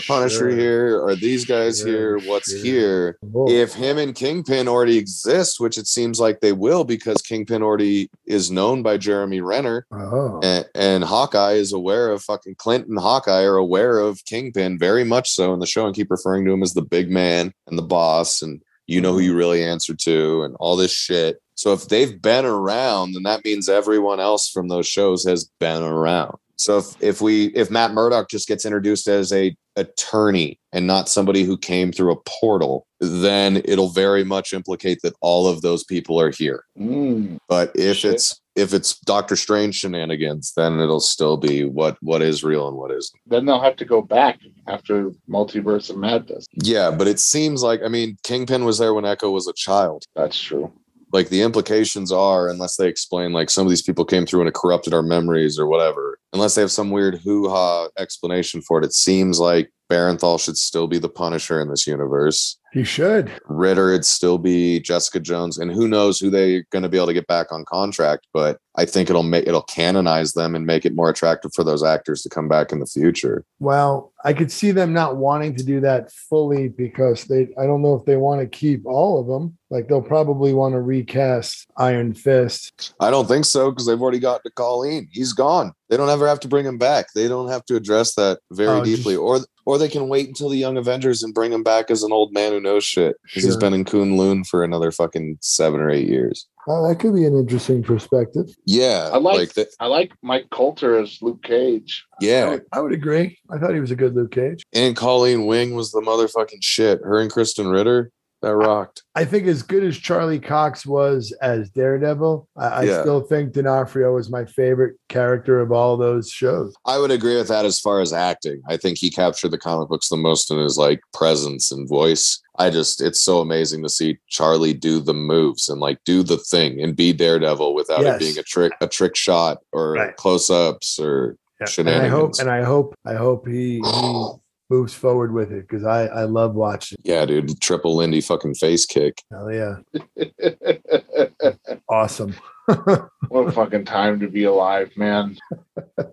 Speaker 6: Sure.
Speaker 7: Punisher here? Are these guys
Speaker 6: Sure,
Speaker 7: here? What's
Speaker 6: sure. Oh.
Speaker 7: here?
Speaker 6: Whoa.
Speaker 7: If him and Kingpin already exist, which it seems like they will because Kingpin already is known by Jeremy Renner,
Speaker 6: oh.
Speaker 7: and, and Hawkeye is aware of fucking Clint and Hawkeye are aware of Kingpin very much so in the show and keep referring to him as the big man and the boss and you know who you really answer to and all this shit. So if they've been around, then that means everyone else from those shows has been around. So if, if we if Matt Murdock just gets introduced as a attorney and not somebody who came through a portal, then it'll very much implicate that all of those people are here.
Speaker 5: Mm.
Speaker 7: But if
Speaker 5: Shit.
Speaker 7: it's if it's Doctor Strange shenanigans, then it'll still be what what is real and what isn't.
Speaker 5: Then they'll have to go back after Multiverse of Madness.
Speaker 7: Yeah, but it seems like I mean Kingpin was there when Echo was a child.
Speaker 5: That's true.
Speaker 7: Like the implications are, unless they explain like some of these people came through and it corrupted our memories or whatever. Unless they have some weird hoo ha explanation for it, it seems like Barenthal should still be the Punisher in this universe.
Speaker 6: He should.
Speaker 7: Ritter, it'd still be Jessica Jones, and who knows who they're going to be able to get back on contract. But I think it'll make it'll canonize them and make it more attractive for those actors to come back in the future.
Speaker 6: Well, I could see them not wanting to do that fully because they I don't know if they want to keep all of them. Like they'll probably want to recast Iron Fist.
Speaker 7: I don't think so because they've already gotten to Colleen. He's gone. They don't ever have to bring him back. They don't have to address that very
Speaker 6: Oh, just-
Speaker 7: deeply, or or they can wait until the Young Avengers and bring him back as an old man who knows shit 'cause he's
Speaker 6: Sure.
Speaker 7: been in Kunlun for another fucking seven or eight years.
Speaker 6: Oh, that could be an interesting perspective.
Speaker 7: Yeah,
Speaker 5: I like,
Speaker 7: that.
Speaker 5: I like Mike Coulter as Luke Cage. [laughs]
Speaker 7: Yeah,
Speaker 6: I would, I would agree. I thought he was a good Luke Cage.
Speaker 7: And Colleen Wing was the motherfucking shit. Her and Kristen Ritter, that rocked.
Speaker 6: I think as good as Charlie Cox was as Daredevil, I, I
Speaker 7: Yeah.
Speaker 6: still think D'Onofrio was my favorite character of all those shows.
Speaker 7: I would agree with that as far as acting. I think he captured the comic books the most in his like presence and voice. I just it's so amazing to see Charlie do the moves and like do the thing and be Daredevil without
Speaker 6: Yes.
Speaker 7: it being a trick a trick shot or
Speaker 6: Right.
Speaker 7: close ups or
Speaker 6: And I hope
Speaker 7: Shenanigans.
Speaker 6: and I hope I hope he, he moves forward with it because I I love watching.
Speaker 7: yeah, dude, triple Lindy fucking face kick.
Speaker 6: it. Hell yeah,
Speaker 5: what
Speaker 6: awesome.
Speaker 5: a fucking time to be alive, man.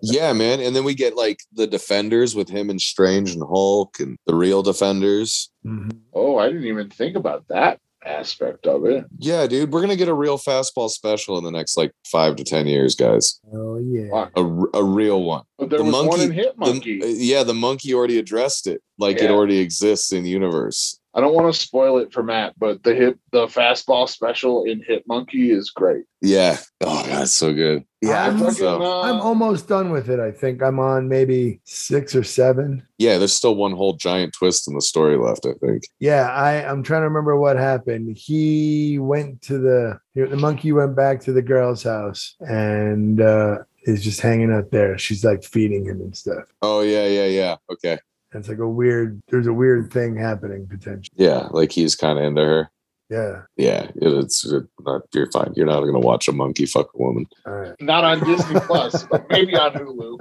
Speaker 7: yeah, man. And then we get like the defenders with him and Strange and Hulk and the real defenders.
Speaker 6: Mhm.
Speaker 5: Oh, I didn't even think about that aspect of it.
Speaker 7: Yeah, dude, we're gonna get a real fastball special in the next like five to ten years, guys.
Speaker 6: Hell yeah.
Speaker 5: Fuck.
Speaker 7: A, r- a real one.
Speaker 5: But there
Speaker 7: The
Speaker 5: was one
Speaker 7: monkey-
Speaker 5: in Hit
Speaker 7: The-
Speaker 5: Monkey.
Speaker 7: uh, yeah, the monkey already addressed it. Like it
Speaker 5: Yeah.
Speaker 7: already exists in universe.
Speaker 5: I don't want to spoil it for Matt, but the hip, the fastball special in Hit Monkey is great.
Speaker 7: Yeah. Oh, that's so good.
Speaker 6: Yeah, I'm-
Speaker 5: fucking,
Speaker 7: so-
Speaker 5: uh,
Speaker 6: I'm almost done with it. I think I'm on maybe six or seven.
Speaker 7: yeah, there's still one whole giant twist in the story left. I think.
Speaker 6: Yeah, I I'm trying to remember what happened. He went to the the monkey went back to the girl's house and uh, is just hanging out there. She's like feeding him and stuff.
Speaker 7: Oh yeah, yeah, yeah. Okay.
Speaker 6: And it's like a weird, there's a weird thing happening potentially.
Speaker 7: Yeah, like he's kind of into her.
Speaker 6: Yeah.
Speaker 7: Yeah, it, it's it, not, you're fine. You're not gonna watch a monkey fuck a woman.
Speaker 6: All right.
Speaker 5: Not on Disney Plus, but maybe on Hulu.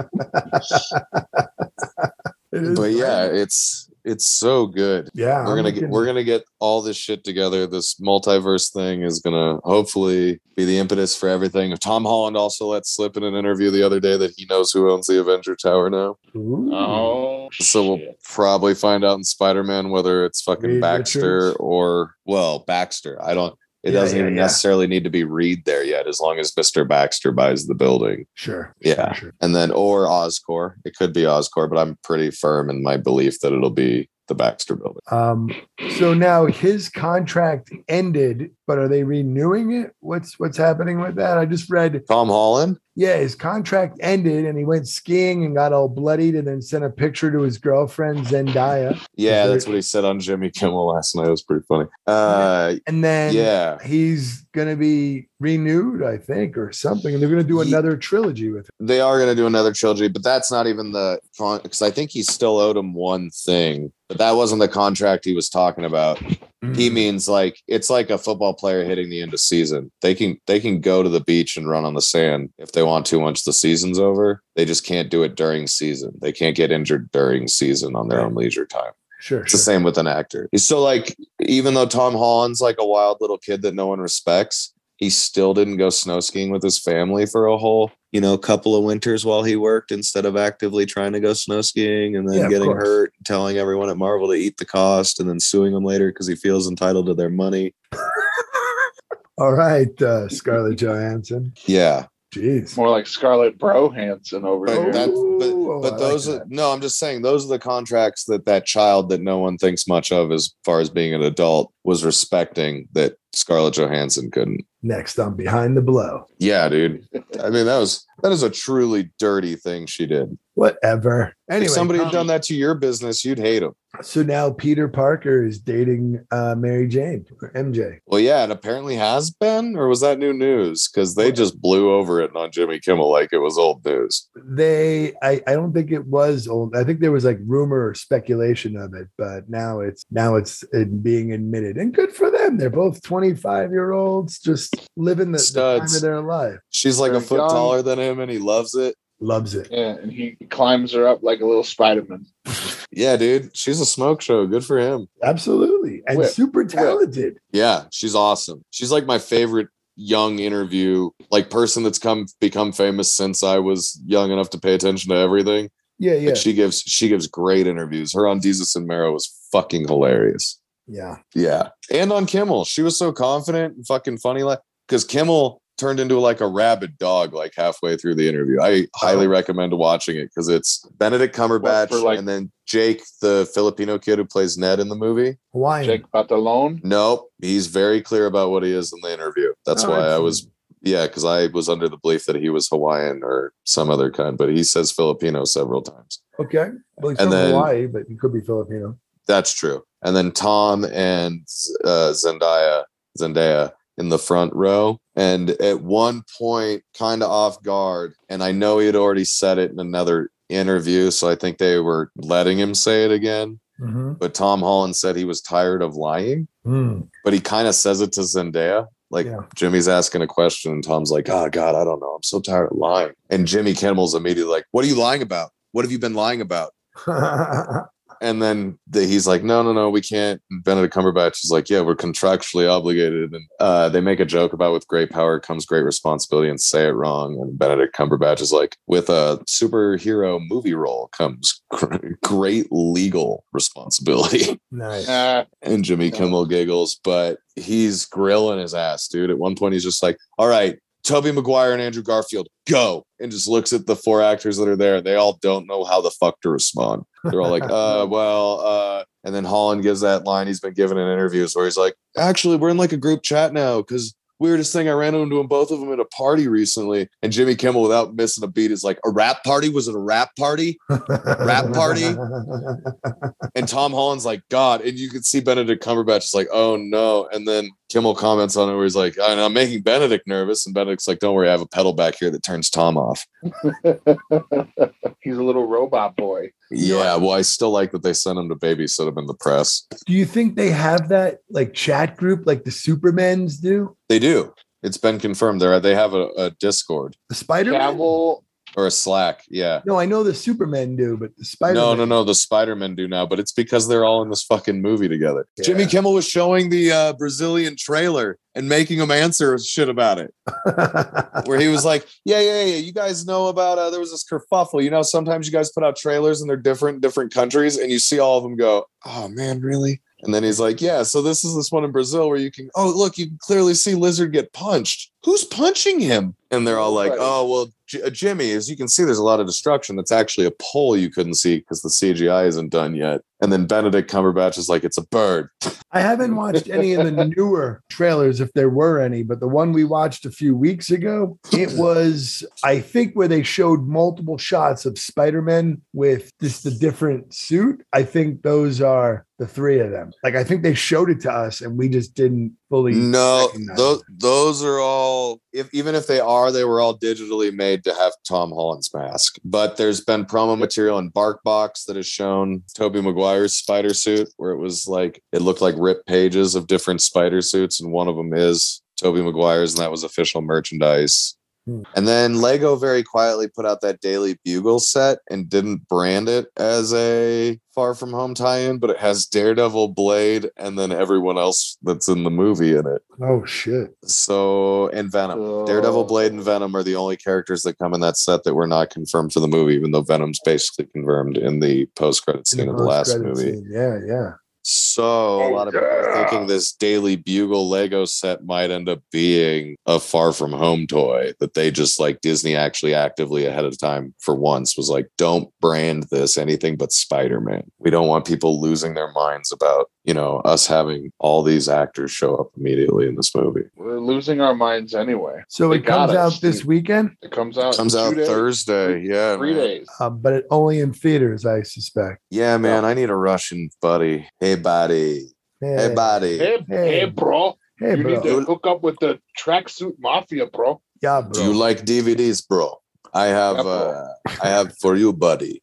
Speaker 6: It is
Speaker 7: But yeah,
Speaker 6: great.
Speaker 7: it's it's so good.
Speaker 6: yeah.
Speaker 7: we're
Speaker 6: I'm
Speaker 7: gonna get
Speaker 6: looking-
Speaker 7: we're gonna get all this shit together. This multiverse thing is gonna hopefully be the impetus for everything. Tom Holland also let slip in an interview the other day that he knows who owns the Avenger Tower now.
Speaker 6: Ooh.
Speaker 5: Oh,
Speaker 7: So we'll
Speaker 5: shit.
Speaker 7: probably find out in Spider Man whether it's fucking
Speaker 6: Reed
Speaker 7: Baxter
Speaker 6: Richards?
Speaker 7: or well Baxter. I don't. It
Speaker 6: Yeah,
Speaker 7: doesn't
Speaker 6: yeah,
Speaker 7: even
Speaker 6: yeah.
Speaker 7: necessarily need to be Reed there yet, as long as Mister Baxter buys the building.
Speaker 6: Sure.
Speaker 7: Yeah.
Speaker 6: Sure.
Speaker 7: And then or Oscorp. It could be Oscorp, but I'm pretty firm in my belief that it'll be the Baxter building.
Speaker 6: Um, so now his contract ended, but are they renewing it? What's what's happening with that? I just read,
Speaker 7: Tom Holland.
Speaker 6: yeah, his contract ended and he went skiing and got all bloodied and then sent a picture to his girlfriend Zendaya.
Speaker 7: Yeah,
Speaker 6: Is there-
Speaker 7: that's what he said on Jimmy Kimmel last night. It was pretty funny. Uh,
Speaker 6: And then
Speaker 7: yeah,
Speaker 6: he's gonna be renewed, I think, or something. And they're gonna do
Speaker 7: Ye-
Speaker 6: another trilogy with him.
Speaker 7: they are going to do another trilogy, but that's not even the con because I think he still owed him one thing, but that wasn't the contract he was talking about.
Speaker 6: Mm, Hmm.
Speaker 7: He means like it's like a football player hitting the end of season. They can they can go to the beach and run on the sand if they want to once the season's over. They just can't do it during season. They can't get injured during season on their own leisure time.
Speaker 6: Sure,
Speaker 7: It's the
Speaker 6: sure.
Speaker 7: same with an actor. He's still like, even though Tom Holland's like a wild little kid that no one respects, he still didn't go snow skiing with his family for a whole, you know, couple of winters while he worked instead of actively trying to go snow skiing and then
Speaker 6: Yeah, of
Speaker 7: getting
Speaker 6: course.
Speaker 7: hurt, telling everyone at Marvel to eat the cost and then suing them later because he feels entitled to their money.
Speaker 6: All right, uh, Scarlett Johansson.
Speaker 7: Yeah.
Speaker 6: Jeez.
Speaker 5: more like Scarlett Brohanson over
Speaker 7: But
Speaker 5: here.
Speaker 7: that's
Speaker 6: Ooh,
Speaker 7: but,
Speaker 6: Oh, I
Speaker 7: but
Speaker 6: like
Speaker 7: those
Speaker 6: that.
Speaker 7: are, no, I'm just saying those are the contracts that that child that no one thinks much of as far as being an adult was respecting that Scarlett Johansson couldn't.
Speaker 6: Next on Behind the Blow.
Speaker 7: Yeah, dude. I mean, that was that is a truly dirty thing she did.
Speaker 6: Whatever. Anyway,
Speaker 7: if somebody had
Speaker 5: um,
Speaker 7: done that to your business, you'd hate them.
Speaker 6: so now Peter Parker is dating uh, Mary Jane or MJ.
Speaker 7: Well, yeah, and apparently has been, or was that new news? Because they just blew over it on Jimmy Kimmel like it was old news.
Speaker 6: They, I, I don't think it was old. I think there was like rumor or speculation of it, but now it's now it's uh, being admitted, and good for them. They're both twenty five year olds, just living the, the time
Speaker 7: Studs.
Speaker 6: of their life.
Speaker 7: She's like a
Speaker 5: Very
Speaker 7: foot
Speaker 5: young.
Speaker 7: taller than him, and he loves it.
Speaker 6: Loves it.
Speaker 5: Yeah, and he climbs her up like a little Spiderman.
Speaker 7: Yeah, dude, she's a smoke show. Good for him.
Speaker 6: Absolutely. And
Speaker 5: Whip.
Speaker 6: super talented.
Speaker 7: Yeah, she's awesome. She's like my favorite young interview, like person that's come become famous since I was young enough to pay attention to everything.
Speaker 6: Yeah, yeah.
Speaker 7: Like she gives she gives great interviews. Her on Jesus and Mero was fucking hilarious.
Speaker 6: yeah.
Speaker 7: Yeah. And on Kimmel, she was so confident and fucking funny like cuz Kimmel turned into like a rabid dog like halfway through the interview. I highly recommend watching it cuz it's Benedict Cumberbatch
Speaker 5: for, like-
Speaker 7: and then Jake the Filipino kid who plays Ned in the movie.
Speaker 6: Hawaiian.
Speaker 5: Jake Batalon.
Speaker 7: Nope, he's very clear about what he is in the interview. That's
Speaker 6: Oh,
Speaker 7: why I
Speaker 6: excellent.
Speaker 7: was yeah, cuz I was under the belief that he was Hawaiian or some other kind, but he says Filipino several times.
Speaker 6: Okay. Well, he's
Speaker 7: And
Speaker 6: from
Speaker 7: then-
Speaker 6: Hawaii, but he could be Filipino.
Speaker 7: That's true. And then Tom and uh, Zendaya, Zendaya in the front row. And at one point, kind of off guard, and I know he had already said it in another interview, so I think they were letting him say it again.
Speaker 6: Mm-hmm.
Speaker 7: But Tom Holland said he was tired of lying, but he kind of says it to Zendaya.
Speaker 6: [laughs]
Speaker 7: Like
Speaker 6: Yeah.
Speaker 7: Jimmy's asking a question, and Tom's like, "Oh God, I don't know. I'm so tired of lying." And Jimmy Kimmel's immediately like, "What are you lying about? What have you been lying about?" And then the, he's like, no, no, no, we can't. And Benedict Cumberbatch is like, yeah, we're contractually obligated. And uh, they make a joke about with great power comes great responsibility and say it wrong. And Benedict Cumberbatch is like, with a superhero movie role comes gr- great legal responsibility.
Speaker 6: [laughs]
Speaker 7: [laughs]
Speaker 6: nice.
Speaker 5: Uh,
Speaker 7: And Jimmy
Speaker 5: Yeah.
Speaker 7: Kimmel giggles, but he's grilling his ass, dude. At one point, he's just like, all right, Toby Maguire and Andrew Garfield, go. And just looks at the four actors that are there. They all don't know how the fuck to respond. They're all like, uh, well, uh, and then Holland gives that line he's been given in interviews where he's like, actually, we're in like a group chat now because weirdest thing I ran into them, both of them at a party recently. And Jimmy Kimmel, without missing a beat, is like, a rap party? Was it a rap party? Rap party?
Speaker 6: [laughs]
Speaker 7: And Tom Holland's like, God. And you can see Benedict Cumberbatch is like, oh no. And then Kimmel comments on it where he's like, "And I'm making Benedict nervous. And Benedict's like, don't worry, I have a pedal back here that turns Tom off.
Speaker 5: He's a little robot boy.
Speaker 7: Yeah. Well, I still like that they sent him to babysit him in the press.
Speaker 6: Do you think they have that like chat group like the Supermans do?
Speaker 7: They do. It's been confirmed. There, they have a, a Discord
Speaker 6: The Spider Man?
Speaker 5: Cavill,
Speaker 7: or a Slack. Yeah.
Speaker 6: No, I know the Supermen do, but the Spider
Speaker 7: No, no, no. The Spider Men do now, but it's because they're all in this fucking movie together. Jimmy Kimmel was showing the uh, Brazilian trailer and making them answer shit about it,
Speaker 6: no.
Speaker 7: where he was like, "Yeah, yeah, yeah. You guys know about uh, there was this kerfuffle. You know, sometimes you guys put out trailers and they're different, in different countries, and you see all of them go, oh man, really." And then he's like, "Yeah, so this is this one in Brazil where you can oh look, you can clearly see Lizard get punched. Who's punching him?" And they're all like,
Speaker 5: Right.
Speaker 7: "Oh well, J- uh, Jimmy, as you can see, there's a lot of destruction. That's actually a pole you couldn't see because the CGI isn't done yet." And then Benedict Cumberbatch is like, "It's a bird."
Speaker 6: [laughs] I haven't watched any of the newer trailers, if there were any, but the one we watched a few weeks ago, it was, I think, where they showed multiple shots of Spider Man with just the different suit. I think those are the three of them. Like, I think they showed it to us and we just didn't fully.
Speaker 7: No,
Speaker 6: recognize
Speaker 7: those
Speaker 6: it.
Speaker 7: those are all. If even if they are, they were all digitally made to have Tom Holland's mask. But there's been promo material in BarkBox that has shown Toby Maguire's spider suit, where it was like it looked like ripped pages of different spider suits, and one of them is Toby Maguire's, and that was official merchandise.
Speaker 6: Hmm.
Speaker 7: And then Lego very quietly put out that Daily Bugle set and didn't brand it as a Far From Home tie-in, but it has Daredevil, Blade, and then everyone else that's in the movie in it.
Speaker 6: Oh, shit.
Speaker 7: So and Venom,
Speaker 5: Oh.
Speaker 7: Uh, Daredevil, Blade, and Venom are the only characters that come in that set that were not confirmed for the movie, even though Venom's basically confirmed in the post-credit scene of the last
Speaker 6: Post-credit
Speaker 7: movie.
Speaker 6: scene. Yeah, yeah.
Speaker 7: So a lot of people are thinking this Daily Bugle Lego set might end up being a Far From Home toy that they just like Disney actually actively ahead of time for once was like, don't brand this anything but Spider Man. We don't want people losing their minds about you know us having all these actors show up immediately in this movie.
Speaker 5: We're losing our minds anyway.
Speaker 6: So
Speaker 5: They
Speaker 6: it comes
Speaker 5: got
Speaker 6: out
Speaker 5: us.
Speaker 7: Hmm.
Speaker 6: this weekend,
Speaker 5: It comes out.
Speaker 7: comes
Speaker 5: in two
Speaker 7: out
Speaker 5: days,
Speaker 7: Thursday. Yeah,
Speaker 5: Three
Speaker 7: man.
Speaker 5: days.
Speaker 6: uh, but it only in theaters, I suspect.
Speaker 7: Yeah, man. I need a Russian buddy. Hey, buddy. Hey, buddy.
Speaker 5: Hey, hey,
Speaker 6: Hey.
Speaker 5: bro.
Speaker 6: Hey,
Speaker 5: you
Speaker 6: bro.
Speaker 5: need to hook up with the tracksuit mafia, bro.
Speaker 6: yeah, bro.
Speaker 7: Do
Speaker 6: [laughs]
Speaker 7: you like DVDs, bro? I have.
Speaker 5: Yeah, bro.
Speaker 7: Uh, I have for
Speaker 6: [laughs]
Speaker 7: you, buddy.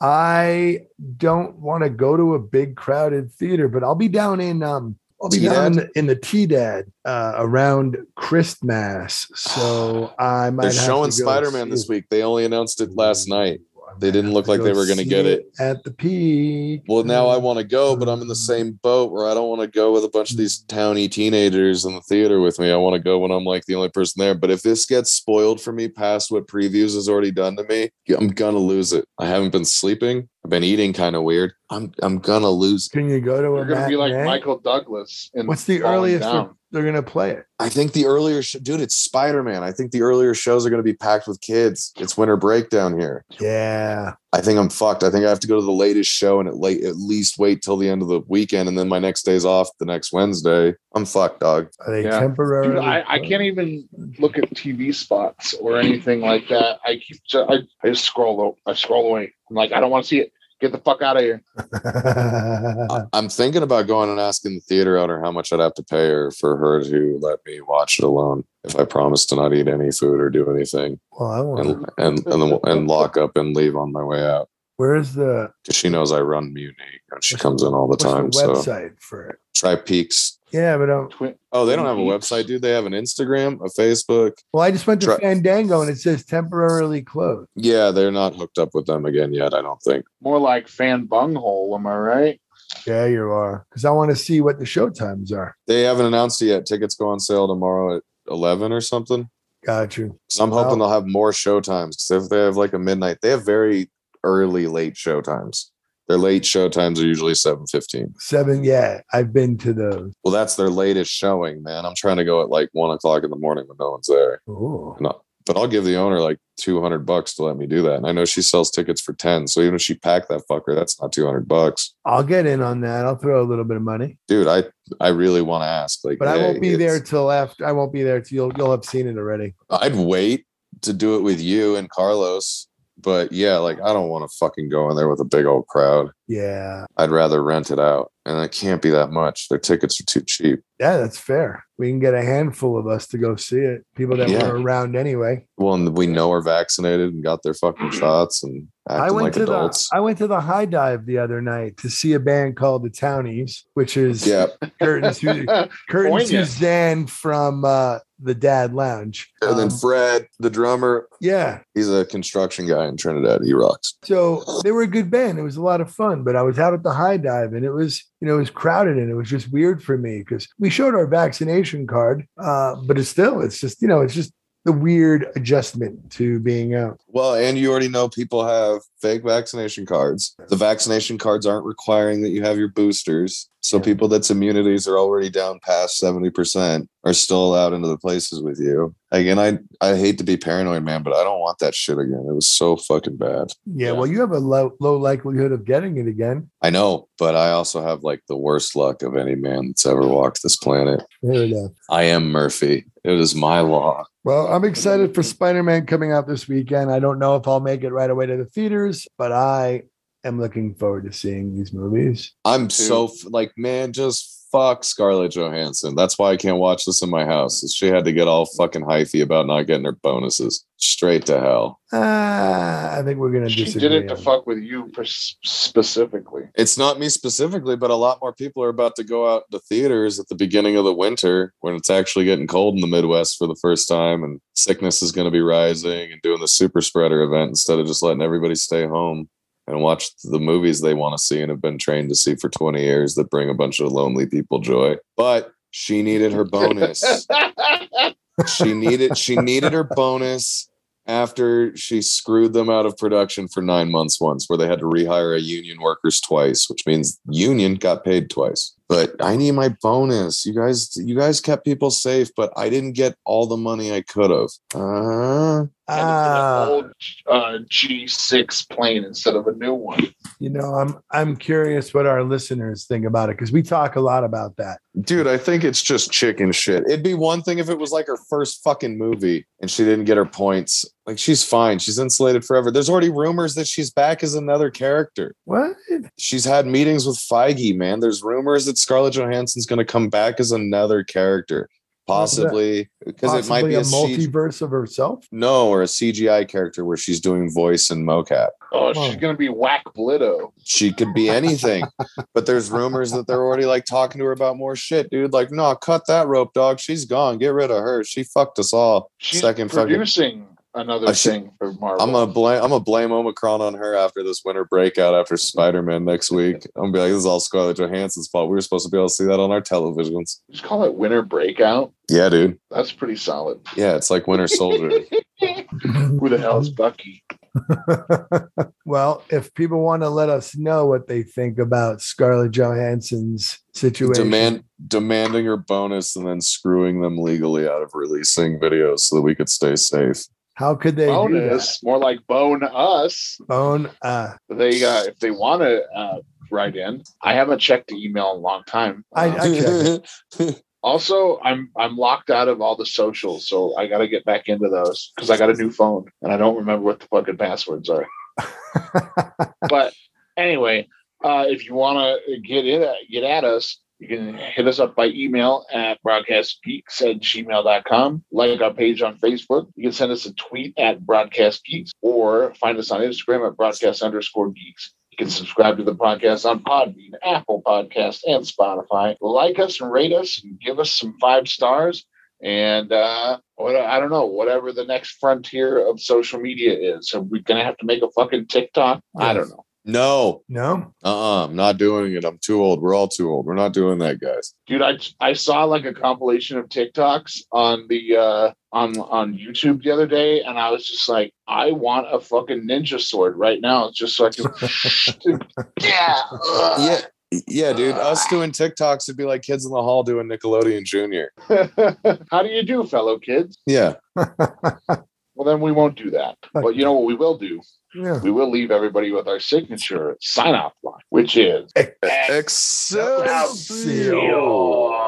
Speaker 6: I don't want to go to a big crowded theater, but I'll be down in um I'll be down in
Speaker 7: T-Dad?
Speaker 6: the, in the T-Dad uh, around Christmas.
Speaker 7: [sighs]
Speaker 6: So I might
Speaker 7: They're
Speaker 6: have to go
Speaker 7: showing Spider-Man
Speaker 6: see Mm.
Speaker 7: this
Speaker 6: it.
Speaker 7: week. They only announced it last night.
Speaker 6: I
Speaker 7: They
Speaker 6: might
Speaker 7: didn't
Speaker 6: have
Speaker 7: look
Speaker 6: to
Speaker 7: like
Speaker 6: go
Speaker 7: they were gonna
Speaker 6: see
Speaker 7: get
Speaker 6: it at the peak.
Speaker 7: Well, now I want to go, but I'm in the same boat where I don't want to go with a bunch of these towny teenagers in the theater with me. I want to go when I'm like the only person there. But if this gets spoiled for me past what previews has already done to me, I'm gonna lose it. I haven't been sleeping. I've been eating kind of weird. I'm I'm gonna lose. It.
Speaker 6: Can you go to
Speaker 5: You're
Speaker 6: a
Speaker 5: gonna be like
Speaker 6: matinee?
Speaker 5: Michael Douglas. In
Speaker 6: What's the
Speaker 5: Falling
Speaker 6: earliest they're,
Speaker 5: Down.
Speaker 6: they're gonna play it?
Speaker 7: I think the earlier sh- dude, it's Spider Man. I think the earlier shows are gonna be packed with kids. It's winter break down here.
Speaker 6: Yeah.
Speaker 7: I think I'm fucked. I think I have to go to the latest show and at late at least wait till the end of the weekend, and then my next day's off the next Wednesday. I'm fucked, dog.
Speaker 6: Are they
Speaker 5: Yeah.
Speaker 6: temporarily?
Speaker 5: Dude, I, I can't even look at TV spots or anything like that. I keep ju- I, I just scroll o- I scroll away. I'm like, I don't want to see it. Get the fuck out of here.
Speaker 6: [laughs] Uh,
Speaker 7: I- I'm thinking about going and asking the theater owner how much I'd have to pay her for her to let me watch it alone if I promise to not eat any food or do anything,
Speaker 6: well, I want.
Speaker 7: and and
Speaker 6: [laughs]
Speaker 7: and, then, and lock up and leave on my way out
Speaker 6: Where's the
Speaker 7: because she knows I run Mutiny and she comes in all the
Speaker 6: what's the
Speaker 7: time. So
Speaker 6: website for it?
Speaker 7: try Peaks.
Speaker 6: Yeah, but um,
Speaker 5: Twin,
Speaker 7: Oh, they don't have a website, dude. They have an Instagram, a Facebook.
Speaker 6: Well, I just went to
Speaker 7: Try-
Speaker 6: Fandango and it says temporarily closed.
Speaker 7: Yeah, they're not hooked up with them again yet. I don't think.
Speaker 5: more like fan bunghole. Am I right?
Speaker 6: Yeah, you are. Because I want to see what the show times are.
Speaker 7: They haven't announced it yet. Tickets go on sale tomorrow at 11 or something.
Speaker 6: Got you.
Speaker 7: So I'm hoping
Speaker 6: Wow.
Speaker 7: they'll have more show times. 'cause if they have like a midnight, they have very early late show times. Their late show times are usually 7:15.
Speaker 6: Seven. Yeah, I've been to those.
Speaker 7: Well, that's their latest showing, man. I'm trying to go at like one o'clock in the morning when no one's there.
Speaker 6: Ooh.
Speaker 7: And I- but I'll give the owner like 200 bucks to let me do that. And I know she sells tickets for 10. So even if she packed that fucker, that's not 200 bucks.
Speaker 6: I'll get in on that. I'll throw a little bit of money,
Speaker 7: Dude, I I really want to ask. Like,
Speaker 6: but I
Speaker 7: hey,
Speaker 6: won't be there
Speaker 7: it's-
Speaker 6: till after. I won't be there till you'll, you'll have seen it already.
Speaker 7: I'd wait to do it with you and Carlos. But yeah, like I don't want to fucking go in there with a big old crowd.
Speaker 6: Yeah.
Speaker 7: I'd rather rent it out, and it can't be that much. Their tickets are too cheap.
Speaker 6: Yeah, that's fair. We can get a handful of us to go see it. People that
Speaker 7: Yeah.
Speaker 6: were around anyway.
Speaker 7: Well, and we know are vaccinated and got their fucking shots and acting
Speaker 6: Mm-hmm. I went
Speaker 7: like
Speaker 6: to
Speaker 7: adults.
Speaker 6: the I went to the high dive the other night to see a band called the Townies, which is
Speaker 7: yeah,
Speaker 6: [laughs] Kurt and, Su-
Speaker 7: [laughs]
Speaker 6: Kurt and
Speaker 5: Poignant.
Speaker 6: Suzanne from uh, the Dad Lounge.
Speaker 7: and then
Speaker 6: Um,
Speaker 7: Fred, the drummer,
Speaker 6: yeah,
Speaker 7: he's a construction guy in Trinidad. He rocks.
Speaker 6: So they were a good band. It was a lot of fun, but I was out at the high dive and it was, you know, it was crowded and it was just weird for me because we showed our vaccination card, uh, but it's still, it's just, you know, it's just the weird adjustment to being out.
Speaker 7: Well, and you already know people have fake vaccination cards. The vaccination cards aren't requiring that you have your boosters. So
Speaker 6: Yeah.
Speaker 7: people that's immunities are already down past 70% are still allowed into the places with you. Again, I I hate to be paranoid, man, but I don't want that shit again. It was so fucking bad.
Speaker 6: Yeah, Well, you have a low, low likelihood of getting it again.
Speaker 7: I know, but I also have like the worst luck of any man that's ever walked this planet.
Speaker 6: There it is.
Speaker 7: I am Murphy. It is my law.
Speaker 6: Well, I'm excited for Spider Man coming out this weekend. I don't know if I'll make it right away to the theaters, but I am looking forward to seeing these movies.
Speaker 7: I'm so f- like, man, just fuck Scarlett Johansson. That's why I can't watch this in my house. is She had to get all fucking hyphy about not getting her bonuses. Straight to hell.
Speaker 6: Ah, I think we're going to
Speaker 5: She
Speaker 6: disagree.
Speaker 5: did it to
Speaker 6: on that.
Speaker 5: fuck with you pers- specifically. [laughs]
Speaker 7: It's not me specifically, but a lot more people are about to go out to theaters at the beginning of the winter when it's actually getting cold in the Midwest for the first time and sickness is going to be rising and doing the super spreader event instead of just letting everybody stay home and watch the movies they want to see and have been trained to see for 20 years that bring a bunch of lonely people joy. But she needed her bonus. she needed she needed her bonus after she screwed them out of production for nine months once where they had to rehire a union workers twice which means union got paid twice but i need my bonus you guys you guys kept people safe but i didn't get all the money i could have uh,
Speaker 6: Ah.
Speaker 5: old uh, G6 plane instead of a new one.
Speaker 6: You know, I'm I'm curious what our listeners think about it because we talk a lot about that.
Speaker 7: dude i think it's just chicken shit it'd be one thing if it was like her first fucking movie and she didn't get her points like she's fine she's insulated forever there's already rumors that she's back as another character
Speaker 6: What?
Speaker 7: she's had meetings with Feige, man. There's rumors that Scarlett Johansson's going to come back as another character, possibly because it might
Speaker 6: Possibly
Speaker 7: be a,
Speaker 6: a
Speaker 7: C-
Speaker 6: multiverse of herself. [clears throat]
Speaker 7: no or a CGI character where she's doing voice and mocap.
Speaker 5: Oh,
Speaker 6: Come
Speaker 5: she's
Speaker 6: on.
Speaker 5: gonna be whack Blitto.
Speaker 7: She could be anything, but there's rumors that they're already like talking to her about more shit, dude. Like, no, cut that rope, dog. She's gone. Get rid of her. She fucked us all.
Speaker 5: She's
Speaker 7: Second fucking.
Speaker 5: producing another
Speaker 7: I should-
Speaker 5: thing for Marvel.
Speaker 7: I'm gonna blame. I'm gonna blame Omicron on her after this winter breakout after Spider Man next week. I'm gonna be like, this is all Scarlett Johansson's fault. We were supposed to be able to see that on our televisions.
Speaker 5: just call it Winter Breakout.
Speaker 7: Yeah, dude.
Speaker 5: That's pretty solid.
Speaker 7: Yeah, it's like Winter [laughs] Soldier.
Speaker 5: Who the hell is Bucky?
Speaker 6: well, if people want to let us know what they think about Scarlett Johansson's situation,
Speaker 7: Demand demanding her bonus and then screwing them legally out of releasing videos so that we could stay safe.
Speaker 6: how could they do that?
Speaker 5: Bonus, more like bone us.
Speaker 6: Bone, uh, [laughs]
Speaker 5: They uh, if they want to uh, write in. I haven't checked the email in a long time.
Speaker 6: I-
Speaker 5: Um,
Speaker 6: I Okay.
Speaker 5: also, I'm I'm locked out of all the socials, so I got to get back into those because I got a new phone and I don't remember what the fucking passwords are. but anyway, uh, if you want to get in, uh, get at us, you can hit us up by email at broadcastgeeks at gmail.com. Like our page on Facebook. You can send us a tweet at broadcastgeeks or find us on Instagram at broadcast underscore geeks. You can subscribe to the podcast on Podbean, Apple Podcast, and Spotify. Like us and rate us and give us some five stars. And uh, what, I don't know, whatever the next frontier of social media is. So we're going to have to make a fucking TikTok. I don't know.
Speaker 7: [laughs] no,
Speaker 6: no,
Speaker 7: uh-uh, I'm not doing it. I'm too old. We're all too old. We're not doing that, guys.
Speaker 5: dude i i saw like a compilation of tiktoks on the uh on on youtube the other day and i was just like i want a fucking ninja sword right now just so i [laughs] can yeah
Speaker 7: Yeah. Ah. Yeah, dude. Us doing TikToks would be like kids in the hall doing Nickelodeon Junior.
Speaker 5: [laughs] how do you do fellow kids
Speaker 7: Yeah.
Speaker 5: well then we won't do that but you know what we will do
Speaker 6: yeah.
Speaker 5: we will leave everybody with our signature sign off line which is
Speaker 7: Excelsior.
Speaker 5: Excelsior.